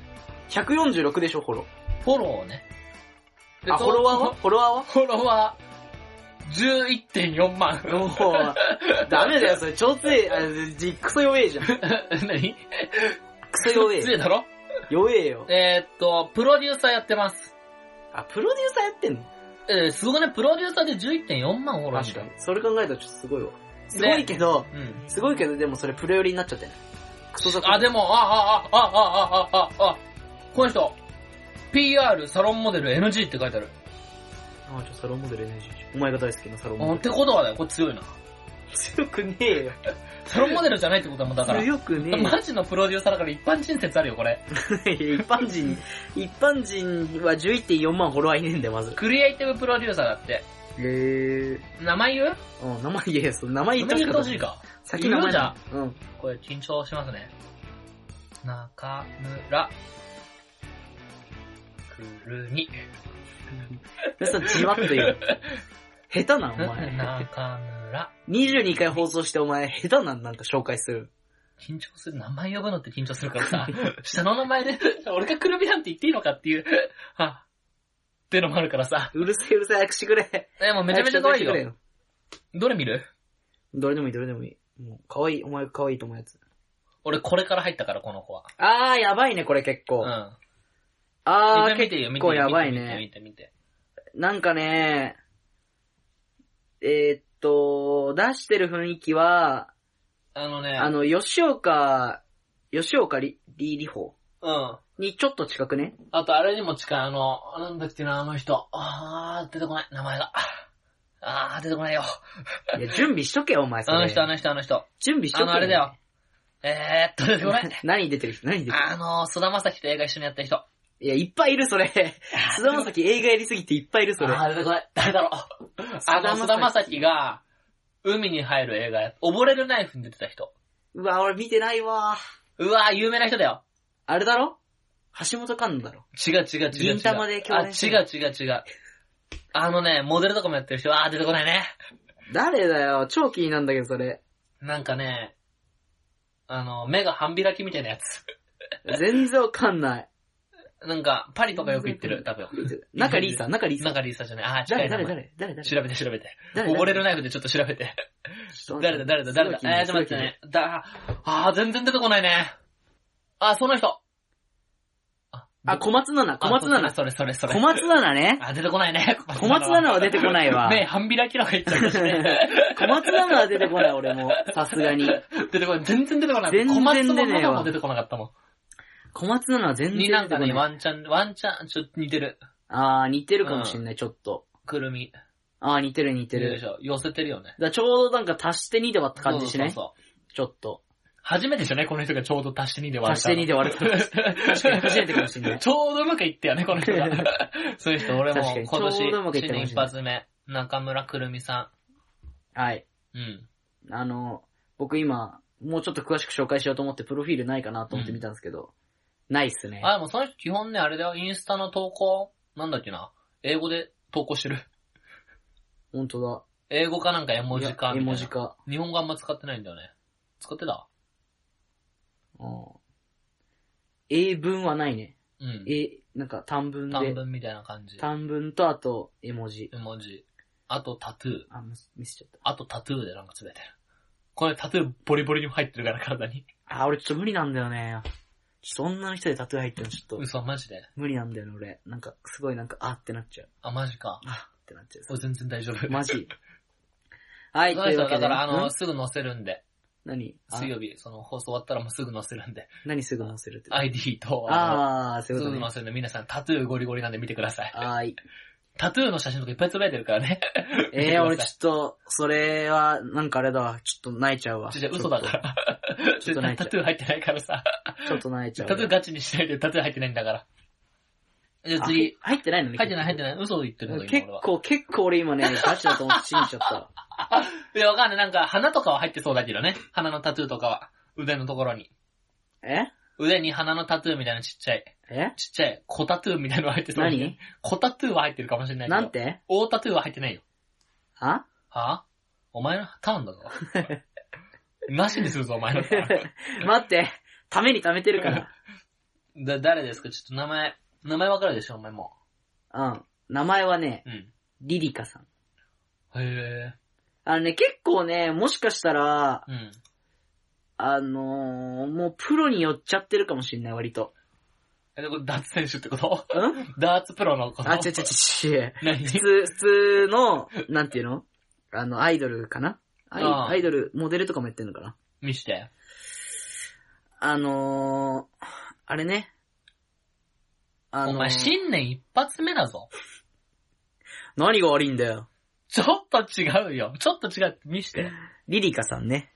Speaker 1: 146でしょ、フォロ
Speaker 2: フォローをね。で
Speaker 1: ー。あ、フォロワーは
Speaker 2: と
Speaker 1: フォロワ
Speaker 2: フォロワー11.4万。
Speaker 1: ーはも う、ダメだよ、それ、超強い、あじクソ弱えじゃん。ク
Speaker 2: 何
Speaker 1: ソ弱え
Speaker 2: 失礼
Speaker 1: よ。
Speaker 2: だろ
Speaker 1: 弱えよ。
Speaker 2: えー、っと、プロデューサーやってます。
Speaker 1: あ、プロデューサーやってんの
Speaker 2: えー、すごくね、プロデューサーで11.4万フォローしてる。
Speaker 1: それ考えたらちょっとすごいわ。すごいけど、
Speaker 2: うん。
Speaker 1: すごいけど、でもそれプレ寄りになっちゃってない。クソ
Speaker 2: あ、
Speaker 1: 弱
Speaker 2: でも、あ、あ、あ、あ、あ、あ、あ、あ、この人、PR サロンモデル NG って書いてある。
Speaker 1: あ、ちょ、サロンモデル NG じゃんお前が大好きなサロン
Speaker 2: あ
Speaker 1: モ
Speaker 2: っ
Speaker 1: デ
Speaker 2: て
Speaker 1: ル。
Speaker 2: ことはだよ、これ強いな。
Speaker 1: 強くねえよ。
Speaker 2: サロンモデルじゃないってことはもうだから。
Speaker 1: 強くねえよ。
Speaker 2: マジのプロデューサーだから一般人説あるよ、これ。
Speaker 1: いや一般人、一般人は11.4万フォロワーいねえんだよ、まず。
Speaker 2: クリエイティブプロデューサーだって。
Speaker 1: へえ。
Speaker 2: 名前言う
Speaker 1: うん、名前言えよ、その名前言
Speaker 2: 名
Speaker 1: っと
Speaker 2: 前
Speaker 1: くかと
Speaker 2: 言ってほ
Speaker 1: 思
Speaker 2: し
Speaker 1: っ
Speaker 2: い
Speaker 1: た。
Speaker 2: か。
Speaker 1: 先名前
Speaker 2: 言うじゃん。
Speaker 1: うん。
Speaker 2: これ緊張しますね。中村。くるみ。
Speaker 1: でさ、じわっと言う。下手 なん、お前。
Speaker 2: 中村。
Speaker 1: 22回放送してお前、下手なんなんか紹介する。
Speaker 2: 緊張する。名前呼ぶのって緊張するからさ、 下の名前で、 俺がくるみなんて言っていいのかっていう、 あ、っていうのもあるからさ。
Speaker 1: うるせえうるせえ、早くしてくれ。
Speaker 2: え、もうめちゃめちゃ可愛い
Speaker 1: 早く紹介してくれ
Speaker 2: よ。。どれ見る
Speaker 1: どれでもいい、どれでもいい。もう、可愛い、お前が可愛いと思うやつ。
Speaker 2: 俺これから入ったから、この子は。
Speaker 1: あー、やばいね、これ結構。
Speaker 2: うん。
Speaker 1: あー、
Speaker 2: 見て
Speaker 1: 結
Speaker 2: 見て見て
Speaker 1: 構やばい
Speaker 2: 見て
Speaker 1: ね。
Speaker 2: 見て見て。
Speaker 1: なんかね、えー、っと、出してる雰囲気は、
Speaker 2: あのね、
Speaker 1: あの、吉岡、吉岡り、り、りほ
Speaker 2: うん。
Speaker 1: にちょっと近くね。
Speaker 2: あと、あれにも近い、あの、なんだっけな、あの人。あー、出てこない、名前が。あー、出てこないよ。
Speaker 1: いや、準備しとけよ、お前、それ。
Speaker 2: あの人、あの人、あの人。
Speaker 1: 準備しとけ
Speaker 2: あの、あれだよ。。えーっと、出てこない。
Speaker 1: 何出てる人何出てる
Speaker 2: あの、菅田将暉と映画一緒にやった人。
Speaker 1: いや、いっぱいいる、それ。菅田将暉映画やりすぎていっぱいいる、それ。
Speaker 2: あー、出てこない。誰だろう。あの、菅田将暉が、海に入る映画や、溺れるナイフに出てた人。
Speaker 1: うわ、俺見てないわ。
Speaker 2: うわー、有名な人だよ。
Speaker 1: あれだろ橋本環奈だろ。
Speaker 2: 違う違う違う違う。
Speaker 1: 銀玉で共
Speaker 2: あ、違
Speaker 1: 演してる
Speaker 2: う違う違う。あのね、モデルとかもやってる人、あー出てこないね。
Speaker 1: 誰だよ、超気になんだけど、それ。
Speaker 2: なんかね、あの、目が半開きみたいなやつ。
Speaker 1: 全然わかんない。
Speaker 2: なんか、パリとかよく行ってる、多分。
Speaker 1: 中リーさん、中リーさん。
Speaker 2: 中リーサじゃない。あー、近
Speaker 1: 誰
Speaker 2: いな。
Speaker 1: 誰
Speaker 2: お前
Speaker 1: 誰誰誰
Speaker 2: 調べて調べて。
Speaker 1: 誰
Speaker 2: 折れるナイフでちょっと調べて。誰だ誰だ誰だ。えー、ちょっと待って。ね。だ、あー、全然出てこないね。あー、その人。あ
Speaker 1: あ、小松菜奈、小松菜奈。
Speaker 2: それそれそれ。
Speaker 1: 小松菜奈ね。
Speaker 2: あ、出てこないね。
Speaker 1: 小松菜奈は出てこないわ。
Speaker 2: 目半開きなんか言っちゃうしね。
Speaker 1: 小松菜奈は出てこない、俺も。さすがに。
Speaker 2: 出てこない。全然出てこない。
Speaker 1: 全然
Speaker 2: 小松
Speaker 1: 出ねえ
Speaker 2: 菜
Speaker 1: わ
Speaker 2: も出てこなかったも
Speaker 1: 小松菜奈は全然
Speaker 2: ん。になん
Speaker 1: 出て
Speaker 2: か
Speaker 1: こ
Speaker 2: ね、
Speaker 1: ない。
Speaker 2: ワンチャン、ワンチャン、ちょっと似てる。
Speaker 1: あー、似てるかもしんない、ちょっと。
Speaker 2: くるみ。
Speaker 1: あー、似てる似て
Speaker 2: で
Speaker 1: る。
Speaker 2: しょ。寄せてるよ
Speaker 1: だ
Speaker 2: ね。
Speaker 1: からちょうどなんか足して2で割った感じしない
Speaker 2: そうそうそう
Speaker 1: ちょっと。
Speaker 2: 初めてでしょね、この人がちょうど足して2で割れ
Speaker 1: 足したて
Speaker 2: の。
Speaker 1: 2で割れた。 確かに初めてかもしん ない。
Speaker 2: ちょうどうまくいったよね、この 人が。そういう人、俺も
Speaker 1: 確かに
Speaker 2: 今年、
Speaker 1: ちょうどうまくいったかもし
Speaker 2: 新年一
Speaker 1: れない
Speaker 2: 発目、中村くるみさ
Speaker 1: はい。
Speaker 2: ん。うん。
Speaker 1: あの、僕今、もうちょっと詳しく紹介しようと思って、プロフィールないかなと思って見たんですけど、ないっすね。
Speaker 2: あ、でもその人基本ね、あれだよ、インスタの投稿、なんだっけな、英語で投稿してる。
Speaker 1: ほんとだ。
Speaker 2: 英語かなんか絵文字
Speaker 1: い
Speaker 2: か
Speaker 1: や絵
Speaker 2: みたい
Speaker 1: 文
Speaker 2: な
Speaker 1: 字か。
Speaker 2: 日本語あんま使ってないんだよね。使ってた
Speaker 1: うん英文はないね。
Speaker 2: うん。
Speaker 1: え、なんか短文で。
Speaker 2: 短文みたいな感じ。
Speaker 1: 短文と、あと、絵文字。
Speaker 2: 絵文字。あとタトゥー。
Speaker 1: あ、む見せちゃっ
Speaker 2: あとタトゥーでなんかつめてる。これタトゥーボリボリに入ってるから体に。
Speaker 1: た。あ、俺ちょっと無理なんだよね。そんなの人でタトゥー入ってるのちょっと、
Speaker 2: 嘘、マジで。
Speaker 1: 無理なんだよね、俺。なんか、すごいなんか、あってなっちゃう。
Speaker 2: あ、マジか。
Speaker 1: あってなっちゃ
Speaker 2: 俺全然大丈夫。
Speaker 1: う。マ ジ。はい、
Speaker 2: そ
Speaker 1: と
Speaker 2: の
Speaker 1: いう
Speaker 2: 人
Speaker 1: わけ
Speaker 2: はだ
Speaker 1: で。
Speaker 2: から、あ
Speaker 1: ん
Speaker 2: の、すぐ載せるんで、
Speaker 1: 何あ
Speaker 2: 水曜日、その放送終わったらもうすぐ載せるんで、
Speaker 1: 何すぐ載せるって。
Speaker 2: ID と、あ
Speaker 1: あー、そ
Speaker 2: の
Speaker 1: ういうこと
Speaker 2: すぐ
Speaker 1: ね
Speaker 2: 載。せるんで、皆さんタトゥーゴリゴリなんで見てください。
Speaker 1: は ーい。
Speaker 2: タトゥーの写真とかいっぱいつぶやいてるからね。見てく
Speaker 1: え
Speaker 2: だ
Speaker 1: ー、
Speaker 2: さい
Speaker 1: 俺ちょっと、それは、なんかあれだわ。ちょっと泣いち ゃうわ。
Speaker 2: じゃ嘘だから。
Speaker 1: ちょっと泣いちゃ
Speaker 2: タ
Speaker 1: う
Speaker 2: トゥー入ってないからさ。
Speaker 1: ちょっと泣いちゃ
Speaker 2: タ
Speaker 1: う。
Speaker 2: トゥーガチにしないでタトゥー入ってないんだから。じゃあ
Speaker 1: あ
Speaker 2: 次。
Speaker 1: 入ってないのね
Speaker 2: 入ってない入ってない。嘘を言ってるのか、今
Speaker 1: 結
Speaker 2: 俺は。
Speaker 1: 構、結構俺今ね、ガチだと思って信じちゃったわ。
Speaker 2: いや、わかんない。なんか、花とかは入ってそうだけどね。花のタトゥーとかは。腕のところに。
Speaker 1: え
Speaker 2: 腕に花のタトゥーみたいなちっちゃい、
Speaker 1: え
Speaker 2: ちっちゃい小タトゥーみたいなのが入ってそうだけど
Speaker 1: 何
Speaker 2: 小タトゥーは入ってるかもしれないけど。
Speaker 1: なんて
Speaker 2: 大タトゥーは入ってないよ。
Speaker 1: あ
Speaker 2: はぁお前のターンだぞ。なしにするぞ、お前のター
Speaker 1: 待って、ためにためてるか
Speaker 2: ン。だ、誰ですかちょっと名前、名前わかるでしょ、お前も
Speaker 1: ら。うん。名前はね、
Speaker 2: う。うん。
Speaker 1: リリカさん。
Speaker 2: へ
Speaker 1: あのね、結構ね、もしかしたら
Speaker 2: ぇ、ー。うん。
Speaker 1: あのー、もうプロに寄っちゃってるかもしんない、割と。
Speaker 2: え、でこれダーツ選手ってこと
Speaker 1: うん
Speaker 2: ダーツプロのこと
Speaker 1: あ、ちょちょちょちょ。
Speaker 2: 何
Speaker 1: 普通、普通の、なんていうのあの、アイドルかなアイ
Speaker 2: ああ
Speaker 1: アイドル、モデルとかもやってんのかな
Speaker 2: 見して。
Speaker 1: あのー、あれね。あ
Speaker 2: お
Speaker 1: の
Speaker 2: 前、
Speaker 1: ー、
Speaker 2: 新年一発目だぞ。
Speaker 1: 何が悪いんだよ。
Speaker 2: ちょっと違うよ。ちょっと違う。見して。
Speaker 1: リリカさんね。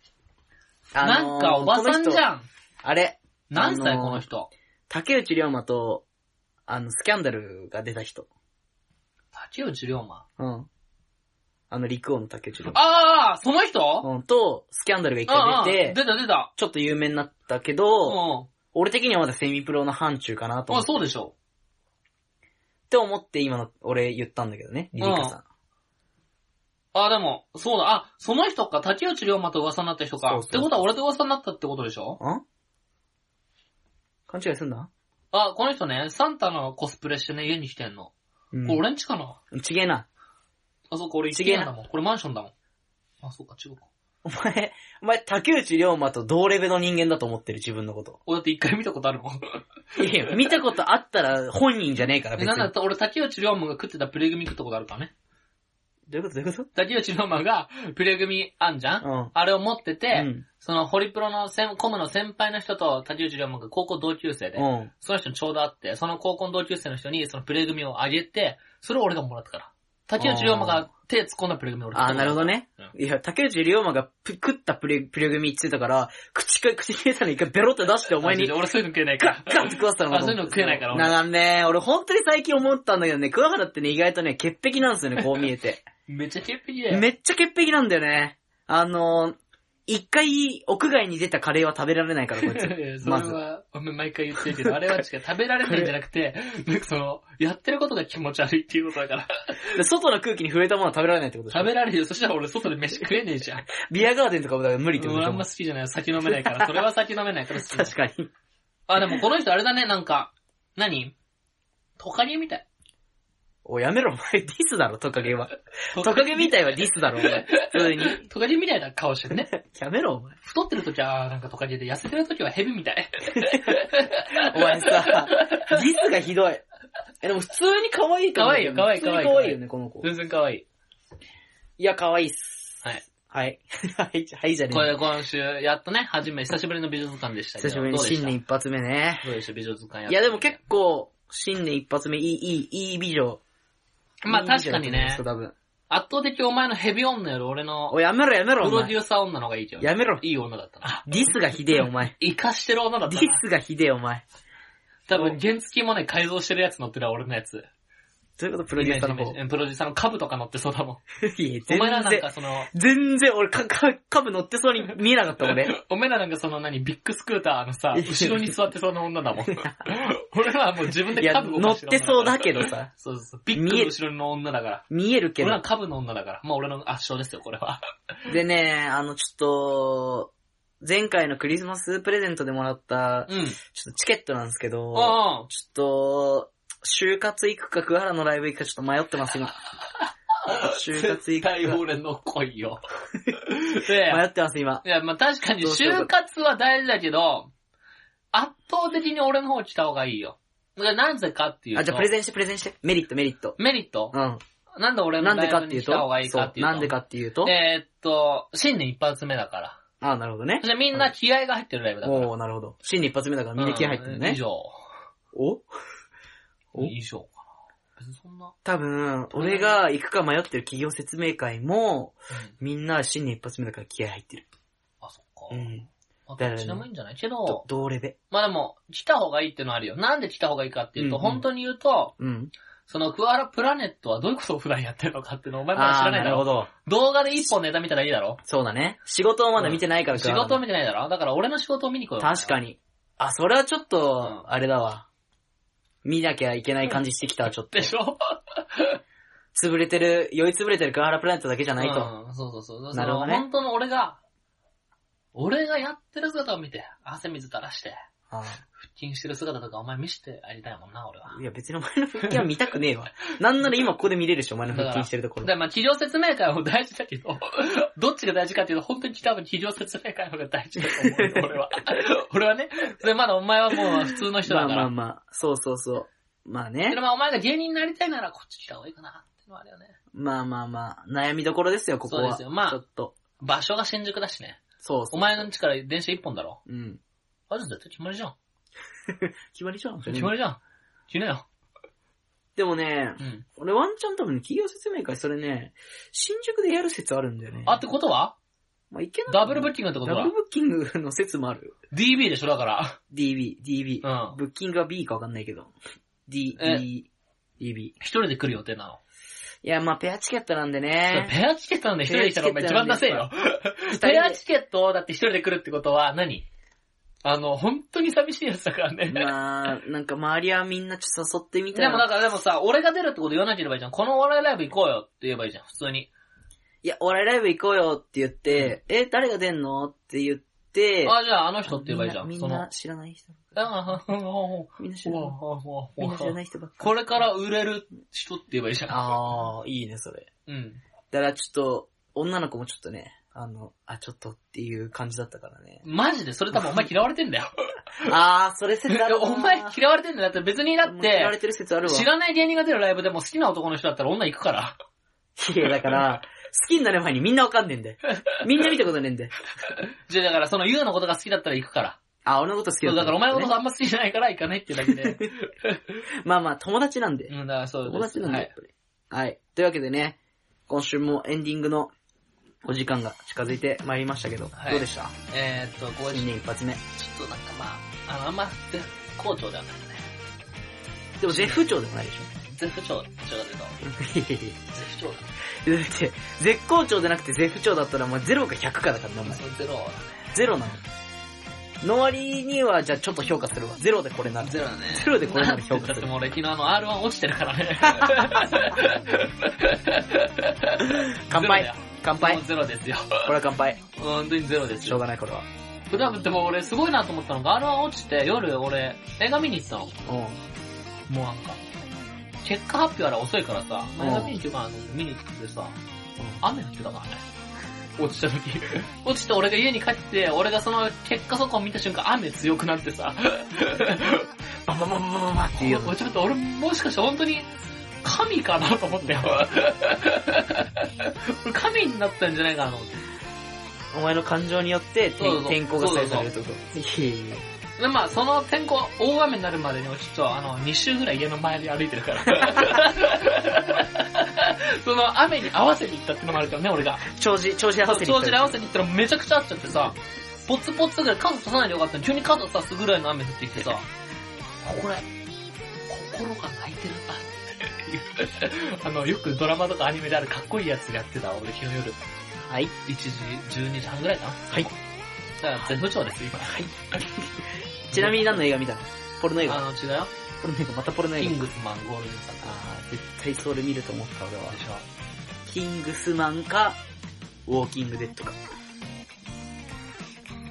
Speaker 1: あ
Speaker 2: な
Speaker 1: のー
Speaker 2: んかおばさん
Speaker 1: この
Speaker 2: じ
Speaker 1: 人
Speaker 2: ゃん。
Speaker 1: あれ、
Speaker 2: 何
Speaker 1: あ
Speaker 2: 歳
Speaker 1: のー
Speaker 2: この人。
Speaker 1: 竹内涼真と、あの、スキャンダルが出た人。
Speaker 2: 竹内涼真。
Speaker 1: うん。あの、陸王の竹内涼
Speaker 2: ああ、その人
Speaker 1: 真。うん、と、スキャンダルが一
Speaker 2: ああ
Speaker 1: 回出て、
Speaker 2: 出た出た。
Speaker 1: ちょっと有名になったけ
Speaker 2: うん。
Speaker 1: ど、俺的にはまだセミプロの範疇かなと思
Speaker 2: あ、
Speaker 1: っ
Speaker 2: そうでしょ。
Speaker 1: て思って今の俺言ったんだけどね、リリカさん。
Speaker 2: あ、でも、そうだ。あ、その人か。竹内涼真と噂になった人
Speaker 1: そ
Speaker 2: か。
Speaker 1: う
Speaker 2: っ
Speaker 1: そう
Speaker 2: てことは俺と噂になったってことでしょ
Speaker 1: ん勘違いすんな
Speaker 2: あ、この人ね、サンタのコスプレしてね、家に来てんの。
Speaker 1: うん
Speaker 2: これ俺んちかな
Speaker 1: ちげえな。
Speaker 2: あ、そうか、俺一
Speaker 1: ちげえ
Speaker 2: 軒
Speaker 1: な
Speaker 2: 家だもん。これマンションだもん。あ、そうか、違うか。
Speaker 1: お前、お前、竹内涼真と同レベルの人間だと思ってる自分のこと。
Speaker 2: 俺だって一回見たことあるもん。
Speaker 1: いやいや、見たことあったら本人じゃねえから
Speaker 2: え、
Speaker 1: 別
Speaker 2: な
Speaker 1: に。
Speaker 2: んだっ
Speaker 1: ど
Speaker 2: たら俺竹内涼真が食ってたプレグミ食ったことあるからね。
Speaker 1: ういうことどういうこ
Speaker 2: 竹内涼真がプレグミあんじゃん、
Speaker 1: とうん。
Speaker 2: あれを持ってて、
Speaker 1: うん
Speaker 2: そのホリプロの先コムの先輩の人と竹内涼真が高校同級生で、
Speaker 1: うん。
Speaker 2: その人にちょうど会って、その高校の同級生の人にそのプレグミをあげて、それを俺がもらったから。竹内涼真が手突っ込んだプレグミを俺
Speaker 1: あー、なるほど。ね
Speaker 2: うん。
Speaker 1: いや、竹内涼真がプ食ったプレ、プレグミって言ってたから、口か、口に入れたの一回ベロって出してお
Speaker 2: お前
Speaker 1: 前
Speaker 2: に。
Speaker 1: に
Speaker 2: 俺そういうの食えないか
Speaker 1: ガッ。
Speaker 2: ら
Speaker 1: ガンって食わせたの
Speaker 2: あそういうの食えないから俺
Speaker 1: ながんね、俺本当に最近思ったんだけどね、桑原ってね、意外とね、潔 癖なんですよね、こう見えて。
Speaker 2: めっちゃ潔癖だよ。
Speaker 1: めっちゃ潔癖なんだよね。あのー、一回屋外に出たカレーは食べられないから、こい つ。
Speaker 2: それは、毎回言ってるけど、あれは違う。食べられないんじゃなく て、なんかその、やってることが気持ち悪いっていうことだから。
Speaker 1: で外の空気に触れたものは食べられないってことでしょ
Speaker 2: 食べられるよ。そしたら俺外で飯食えねえじゃん。
Speaker 1: ビアガーデンとかもだから無理ってこと
Speaker 2: 俺
Speaker 1: でし
Speaker 2: あ
Speaker 1: ょ
Speaker 2: んま好きじゃない。酒飲めないから。それは酒飲めないから好き。
Speaker 1: 確かに。
Speaker 2: あ、でもこの人あれだね、なんか、何トカゲみたい。
Speaker 1: おい、やめろ、お前、ディスだろ、トカゲは。トカゲみたいはディスだろ、お前。普通に。
Speaker 2: トカゲみたいな顔してる ね。
Speaker 1: やめろ、お前。
Speaker 2: 太ってる時は、なんかトカゲで、痩せてる時はヘビみたい。
Speaker 1: お前さ、ディスがひどい。え、でも普通に可愛いと思う。
Speaker 2: 可愛いよ可愛い
Speaker 1: 普通に
Speaker 2: 可愛い
Speaker 1: 可愛いよね、この子。
Speaker 2: 全然可愛い。
Speaker 1: いや、可愛いっす。
Speaker 2: はい。
Speaker 1: はい。 はい、じゃはいじゃね
Speaker 2: こ
Speaker 1: え
Speaker 2: れ
Speaker 1: よ。
Speaker 2: 今週、やっとね、初め、久しぶりの美術館でしたけ
Speaker 1: 久し
Speaker 2: ど。
Speaker 1: ぶりに
Speaker 2: どうでし
Speaker 1: 新
Speaker 2: た
Speaker 1: 年一発目ね。
Speaker 2: どうでした美術館やっ
Speaker 1: い
Speaker 2: て
Speaker 1: や、でも結構、新年一発目、いい、いい、いい美女。
Speaker 2: まあ
Speaker 1: いい美
Speaker 2: 確
Speaker 1: 女
Speaker 2: か
Speaker 1: だと思
Speaker 2: に
Speaker 1: いま
Speaker 2: ね
Speaker 1: すよ、多分。
Speaker 2: 圧倒的お前のヘビ女より俺の
Speaker 1: おい、やめろ、やめ
Speaker 2: プ
Speaker 1: ろ、お
Speaker 2: ロデ
Speaker 1: 前。
Speaker 2: ューサー女の方がいいけど。
Speaker 1: やめろ。
Speaker 2: いい女だったな。
Speaker 1: ディスがひでえよ、お 前。
Speaker 2: 生かしてる女だっ
Speaker 1: デ
Speaker 2: た
Speaker 1: ィ
Speaker 2: な。
Speaker 1: スがひでえよ、お前。
Speaker 2: 多分原付もね、改造してるやつ乗ってるわ、俺のやつ。
Speaker 1: どういうことプ
Speaker 2: プ
Speaker 1: ロデューサーの方。
Speaker 2: プロデューサーの株とか乗ってそうだもん。
Speaker 1: いや、
Speaker 2: お前
Speaker 1: 全
Speaker 2: らなん
Speaker 1: 然
Speaker 2: か、その、
Speaker 1: 全然俺、か、か、株乗ってそうに見えなかった、俺。
Speaker 2: お前らなんかその何、ビッグスクーターのさ、後ろに座ってそうな女だもん。俺らはもう自分
Speaker 1: い
Speaker 2: で
Speaker 1: や、
Speaker 2: 株動
Speaker 1: 乗
Speaker 2: か
Speaker 1: っ
Speaker 2: して
Speaker 1: てそうだけ
Speaker 2: ど。
Speaker 1: どさ。
Speaker 2: そうそうそう。ビッグの後ろの女だから。
Speaker 1: 見えるけ
Speaker 2: 俺らは
Speaker 1: ど。
Speaker 2: 株の女だから。まあ俺の圧勝ですよ、これは。
Speaker 1: でね、あの、ちょっと、前回のクリスマスプレゼントでもらった、
Speaker 2: う
Speaker 1: ちょっ
Speaker 2: ん。
Speaker 1: とチケットなんですけど、
Speaker 2: ああ。
Speaker 1: ちょっと、就活行くか桑原のライブ行くかちょっと迷って ます、今。就活行
Speaker 2: 絶
Speaker 1: くか。
Speaker 2: 対俺の 恋よ。で、
Speaker 1: 迷ってます、今。
Speaker 2: いや、まあ確かに
Speaker 1: どうしよう
Speaker 2: 就活は大事だけど、圧倒的に俺の方来た方がいいよ。でなぜかっていうと、
Speaker 1: あ、じゃあプレゼンして、プレゼンして。メリット、メリット。
Speaker 2: メリット
Speaker 1: うん。
Speaker 2: なんで俺の
Speaker 1: なんでかっ
Speaker 2: ライ
Speaker 1: て
Speaker 2: ブ
Speaker 1: い
Speaker 2: に
Speaker 1: う
Speaker 2: 来た方
Speaker 1: と
Speaker 2: がいい、かっていうと、
Speaker 1: なんでかっていうと、
Speaker 2: えーっと、新年一発目だから。
Speaker 1: ああ、なるほどね
Speaker 2: そ。してみんな気合が入ってるライブだから。
Speaker 1: おおなるほど。新年一発目だからみんな気合入ってる
Speaker 2: うん
Speaker 1: ね
Speaker 2: 以。上。
Speaker 1: おお
Speaker 2: 以上かな。別にそんな。
Speaker 1: 多分、俺が行くか迷ってる企業説明会も、みんな新年一発目だから気合入ってる。
Speaker 2: あ、そっか。
Speaker 1: うん。
Speaker 2: まあ、
Speaker 1: だよ
Speaker 2: どっ
Speaker 1: ね
Speaker 2: ちでもいいんじゃないけ
Speaker 1: ど
Speaker 2: ど、
Speaker 1: 同レベ。
Speaker 2: まあでも、来た方がいいっていうのはあるよ。なんで来た方がいいかっていうと、
Speaker 1: うんうん
Speaker 2: 本当に言うと、
Speaker 1: うん。
Speaker 2: そのクアラプラネットはどういうことを普段やってるのかっていうのをお前まだ
Speaker 1: あ
Speaker 2: 知
Speaker 1: あー、
Speaker 2: らない
Speaker 1: な
Speaker 2: だ
Speaker 1: るほ。
Speaker 2: ろ
Speaker 1: ど。
Speaker 2: 動画で一本ネタ見たらいいだろ
Speaker 1: そうだね。仕事をまだ見てないから
Speaker 2: 仕
Speaker 1: か。
Speaker 2: 事を見てないだろだから俺の仕事を見に来よう。
Speaker 1: 確か
Speaker 2: に。
Speaker 1: に。あ、それはちょっと
Speaker 2: う、ん
Speaker 1: あれだわ。見なきゃいけない感じしてきた、ちょっと
Speaker 2: で。しょ
Speaker 1: 潰れてる、酔い潰れてるガーラプラネットだけじゃないと。
Speaker 2: うん、そうそうそう。
Speaker 1: なるほどね
Speaker 2: その本当の俺が、俺がやってる姿を見て、汗水垂らして、
Speaker 1: あ
Speaker 2: 腹筋してる姿とかお前見せてありたいもんな、俺は
Speaker 1: ー。いや、別にお前の腹筋は見たくねえ わ。なんなら今ここで見れるでしょ、お前の腹筋してるところ。
Speaker 2: で、まあ、企業説明会も大事だけど、 どっちが大事かっていうと、本当に多分企業説明会の方が大事だと思うよ、俺は。 俺はね。で、まだお前はもう普通の人
Speaker 1: ま
Speaker 2: だ
Speaker 1: あ
Speaker 2: から。
Speaker 1: まあまあ、そうそうそう。まあね
Speaker 2: で。まあ、お前が芸人になりたいなら、こっち来た方がいいかな、っていうのはあれよね。
Speaker 1: まあまあまあ、悩みどころですよ、ここは。
Speaker 2: そうですよまあ
Speaker 1: ちょっと。
Speaker 2: 場所が新宿だしね。
Speaker 1: そうそう。
Speaker 2: お前の家から電車一本だろ。
Speaker 1: うん。
Speaker 2: あれ絶対決まりじゃん。
Speaker 1: 決まりじゃん。
Speaker 2: 決まりじゃん。決めなよ。
Speaker 1: でもね、
Speaker 2: うん。
Speaker 1: 俺ワンチャン多分企業説明会、それね、新宿でやる説あるんだよね。
Speaker 2: あ、ってことは
Speaker 1: まあ、いけない。
Speaker 2: ダブルブッキングってこと
Speaker 1: ダ
Speaker 2: だ
Speaker 1: ブル。ブッキングの説もある。
Speaker 2: DB でしょ、だから。
Speaker 1: DB、DB。
Speaker 2: うん。
Speaker 1: ブッキングは B かわかんないけど。D、
Speaker 2: え
Speaker 1: D、DB。い
Speaker 2: 一人で来る予定なの。
Speaker 1: や、まあペアチケットなんで
Speaker 2: それ
Speaker 1: ね。
Speaker 2: ペアチケットなんで一人で来たらお前
Speaker 1: ペア
Speaker 2: 一
Speaker 1: チケットなん
Speaker 2: 番ダ
Speaker 1: で
Speaker 2: セえよ。ペアチケットをだって一人で来るってことは何、あの、本当に寂しいやつだからね。
Speaker 1: まあ、なんか周りはみんなちょっと誘ってみた
Speaker 2: で
Speaker 1: ら。
Speaker 2: もだからでもさ、俺が出るってこと言わなければいいじゃん。このお笑いライブ行こうよって言えばいいじゃん、普通に。
Speaker 1: いや、お笑いライブ行こうよって言って、え、誰が出んのって言って、
Speaker 2: あ、じゃああの人って言えばいいじゃん。
Speaker 1: みん
Speaker 2: そ
Speaker 1: なみん
Speaker 2: の
Speaker 1: な、知らない人。
Speaker 2: あ
Speaker 1: みんな知らない。みんな知らない人ばっか
Speaker 2: これから売れる人って言えばいいじ
Speaker 1: り。
Speaker 2: ゃん。
Speaker 1: ああ、いいね、それ。
Speaker 2: うん。
Speaker 1: だからちょっと、女の子もちょっとね、あの、あ、ちょっとっていう感じだったから ね。
Speaker 2: マジでそ れ多分お前嫌われてんだよ。
Speaker 1: あー、それ説あるわ。
Speaker 2: お前嫌われてんだよ。だって別にだっ
Speaker 1: もう嫌われ
Speaker 2: て、
Speaker 1: てる説あるわ。
Speaker 2: 知らない芸人が出るライブでも好きな男の人だったら女行く から。
Speaker 1: いや、だから、好きになる前にみんなわかんねえんだ よ。みんな見たことねえんだよ。
Speaker 2: じゃあだからその優のことが好きだったら行くから。
Speaker 1: あ、俺のこと好き
Speaker 2: そ
Speaker 1: だ
Speaker 2: う
Speaker 1: っ
Speaker 2: だ
Speaker 1: た
Speaker 2: からお前のこと
Speaker 1: ね
Speaker 2: あんま好きじゃないから行かないっていうだけで。
Speaker 1: まあまあ、友達なんで。
Speaker 2: うん、だからそう
Speaker 1: 友達なんで、
Speaker 2: は
Speaker 1: やっ
Speaker 2: い。
Speaker 1: ぱり。はい。というわけでね、今週もエンディングのお時間が近づいてまいりましたけど、
Speaker 2: はい
Speaker 1: どうでした
Speaker 2: えーっと、こうちょ
Speaker 1: 新年一発目。
Speaker 2: っとなんかまあ、あの、あんま、好調ではないね。
Speaker 1: でも、絶不調でもないでしょ
Speaker 2: 絶不調、不調が出た。絶不調だ。
Speaker 1: だって、絶好調じゃなくて絶不調だったら、お前0か100かだからな、お前。
Speaker 2: それゼロだ
Speaker 1: ゼロなの。の割には、じゃあちょっと評価するわ。ゼロでこれな
Speaker 2: ね。
Speaker 1: る。
Speaker 2: ゼロ だね。
Speaker 1: ゼロでこれなら評
Speaker 2: だ
Speaker 1: 価す
Speaker 2: っ て
Speaker 1: る。
Speaker 2: もう 俺昨日あの R1 落ちてるからね。
Speaker 1: 乾杯乾杯
Speaker 2: もうゼロですよ。
Speaker 1: これは乾杯。
Speaker 2: 本当にゼロです
Speaker 1: しょう
Speaker 2: よ。
Speaker 1: がない、これは。
Speaker 2: 普段でも俺すごいなと思ったのが R1 落ちて夜俺映画見に行ってたの。
Speaker 1: う
Speaker 2: もうなんか、結果発表あら遅いからさ、
Speaker 1: うん
Speaker 2: 映画見に行ってから見に行ってさ、雨降ってたからね。落ちた時。 落ちて俺が家に帰って、俺がその結果速報見た瞬間雨強くなってさ、
Speaker 1: ん。バンバンバンバンバンバンっていうよ。
Speaker 2: おちょっと俺もしかして本当に神かなと思ったよ。俺神になったんじゃないかなと思って。
Speaker 1: お前の感情によって、
Speaker 2: そうそうそう
Speaker 1: 天候が左右されるってこといやいやいや
Speaker 2: で、まあ、その天候、大雨になるまでにもちょっと、あの、2週ぐらい家の周り歩いてるから。 その雨に合わせに行ったってのもあるからね、俺が。
Speaker 1: 長寿、長寿合わせに行っ
Speaker 2: 調子
Speaker 1: た
Speaker 2: に合
Speaker 1: ら
Speaker 2: わせに行ったらめちゃくちゃあっちゃってさ、ポツポツぐらい傘さないでよかったのに急に傘さすぐらいの雨降ってきてさ、これ、心が泣いてるんだっていう。あの、よくドラマとかアニメであるかっこいいやつやってた、俺昨日夜。
Speaker 1: はい。
Speaker 2: 1時、12時半ぐらいかな。
Speaker 1: はい
Speaker 2: だから絶不調です、今。
Speaker 1: ちなみに何の映画見たのポルノ映
Speaker 2: あ
Speaker 1: 画。
Speaker 2: の、違うよ。
Speaker 1: ポルノ映画、またポルノ映
Speaker 2: キ
Speaker 1: 画
Speaker 2: ン。グスマンゴールデンさん
Speaker 1: あー絶対それ見ると思った、俺は。
Speaker 2: でしょ。
Speaker 1: キングスマンか、ウォーキングデッドか。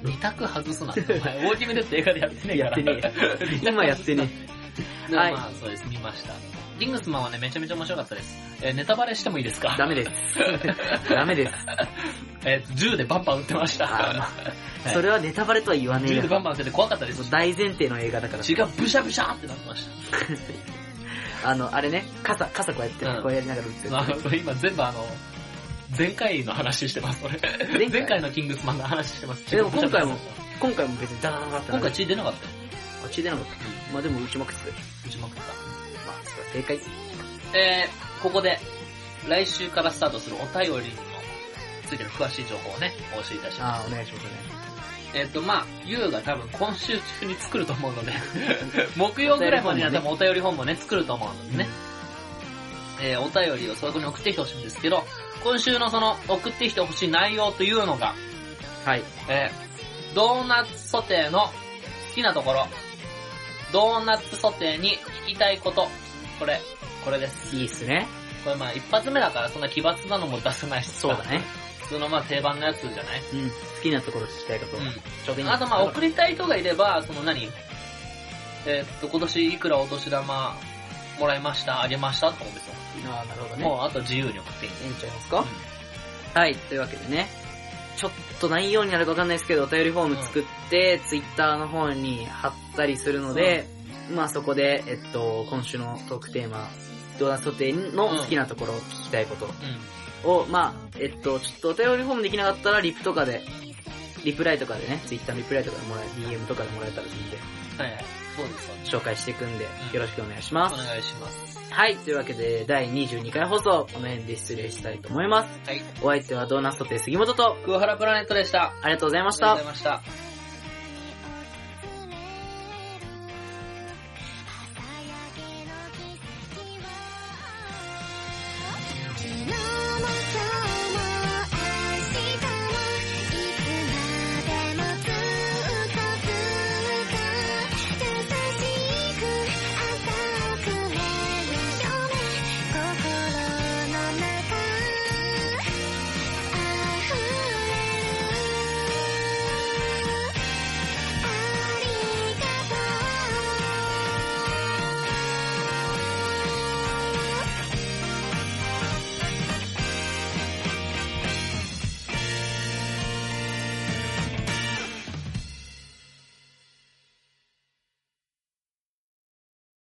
Speaker 2: 二択 外すなって。お前、ウォーキングデッド映画でやってねえ
Speaker 1: や
Speaker 2: から。
Speaker 1: ってねえ。今やってね
Speaker 2: で
Speaker 1: はい
Speaker 2: まあ、そうです、見ました。キングスマンはね、めちゃめちゃ面白かったです。えーネタバレしてもいいですか
Speaker 1: え。ダメです。ダメです。
Speaker 2: えーと銃でバンバン撃ってまし
Speaker 1: あーま
Speaker 2: た。
Speaker 1: あそれはネタバレとは言わねえ
Speaker 2: 銃でバ
Speaker 1: よ
Speaker 2: ン。バン撃ってて怖かったです。
Speaker 1: 大前提の映画だから。
Speaker 2: 血がブシャブシャーってなってまし
Speaker 1: あの、あれね、傘、傘こうやって、
Speaker 2: うん
Speaker 1: こうやりながら打って
Speaker 2: た。
Speaker 1: る。
Speaker 2: まあ、今全部あの、前回の話してます、俺。
Speaker 1: 前回
Speaker 2: 前回のキングスマンの話してます。
Speaker 1: でも今回も
Speaker 2: 血がブシャブシャーって
Speaker 1: 今回も別にダダダダってな
Speaker 2: 今
Speaker 1: る。
Speaker 2: 回血出なかったよ。
Speaker 1: あっち出なかった。まあでも打ちまくってたよ。
Speaker 2: 撃ちまくった。
Speaker 1: まあ、それは正解。
Speaker 2: えー、ここで、来週からスタートするお便りにもついてる詳しい情報をね、お教えいたしま
Speaker 1: ああ、お願いしますね。
Speaker 2: す。えっ、と、まあゆうが多分今週中に作ると思うの で、木曜ぐらいまでには多分お便り本もね、作ると思うのでね、えー、お便りをそこに送ってきてほしいんですけど、今週のその送ってきてほしい内容というのが、
Speaker 1: はい。
Speaker 2: えー、ドーナツソテーの好きなところ、ドーナツソテーに聞きたいこと、これ、これです。
Speaker 1: いいっすね。
Speaker 2: これまあ一発目だからそんな奇抜なのも出せないしさ
Speaker 1: そうだ。ね。
Speaker 2: 普通のまあ定番のやつじゃない
Speaker 1: うん。好きなところ聞きたいこと。
Speaker 2: う
Speaker 1: ちょうどいい
Speaker 2: ん。
Speaker 1: の
Speaker 2: あとまあ送りたい人がいれば、その何えーっと、今年いくらお年玉もらいました、あげましたとかも別に送っていい
Speaker 1: ああ、なるほどね。
Speaker 2: もうあと自由に送っていい。
Speaker 1: いいんちゃいますか、はい、というわけでね、ちょっと内容になるかわかんないですけど、お便りフォーム作って、ツイッターの方に貼ったりするので、まあそこで、えっと、今週のトークテーマ、ドーナツソテーの好きなところ、聞きたいこと
Speaker 2: う
Speaker 1: を、まあ、えっと、ちょっとお便りフォームできなかったら、リプとかで、リプライとかでね、ツイッターのリプライとかでもらえ、DM とかでもらえたらいいんで、
Speaker 2: ん。はいはい。そうですそうです。
Speaker 1: 紹介していくんで
Speaker 2: う、ん
Speaker 1: よろしくお願いします。
Speaker 2: お願いします。
Speaker 1: はい、というわけで、第22回放送、この辺で失礼したいと思います。
Speaker 2: はい。
Speaker 1: お相手はドーナツソテー杉本と、
Speaker 2: クワハラプラネットでした。
Speaker 1: ありがとうございまし
Speaker 2: あ
Speaker 1: た
Speaker 2: りがとうござい。ました。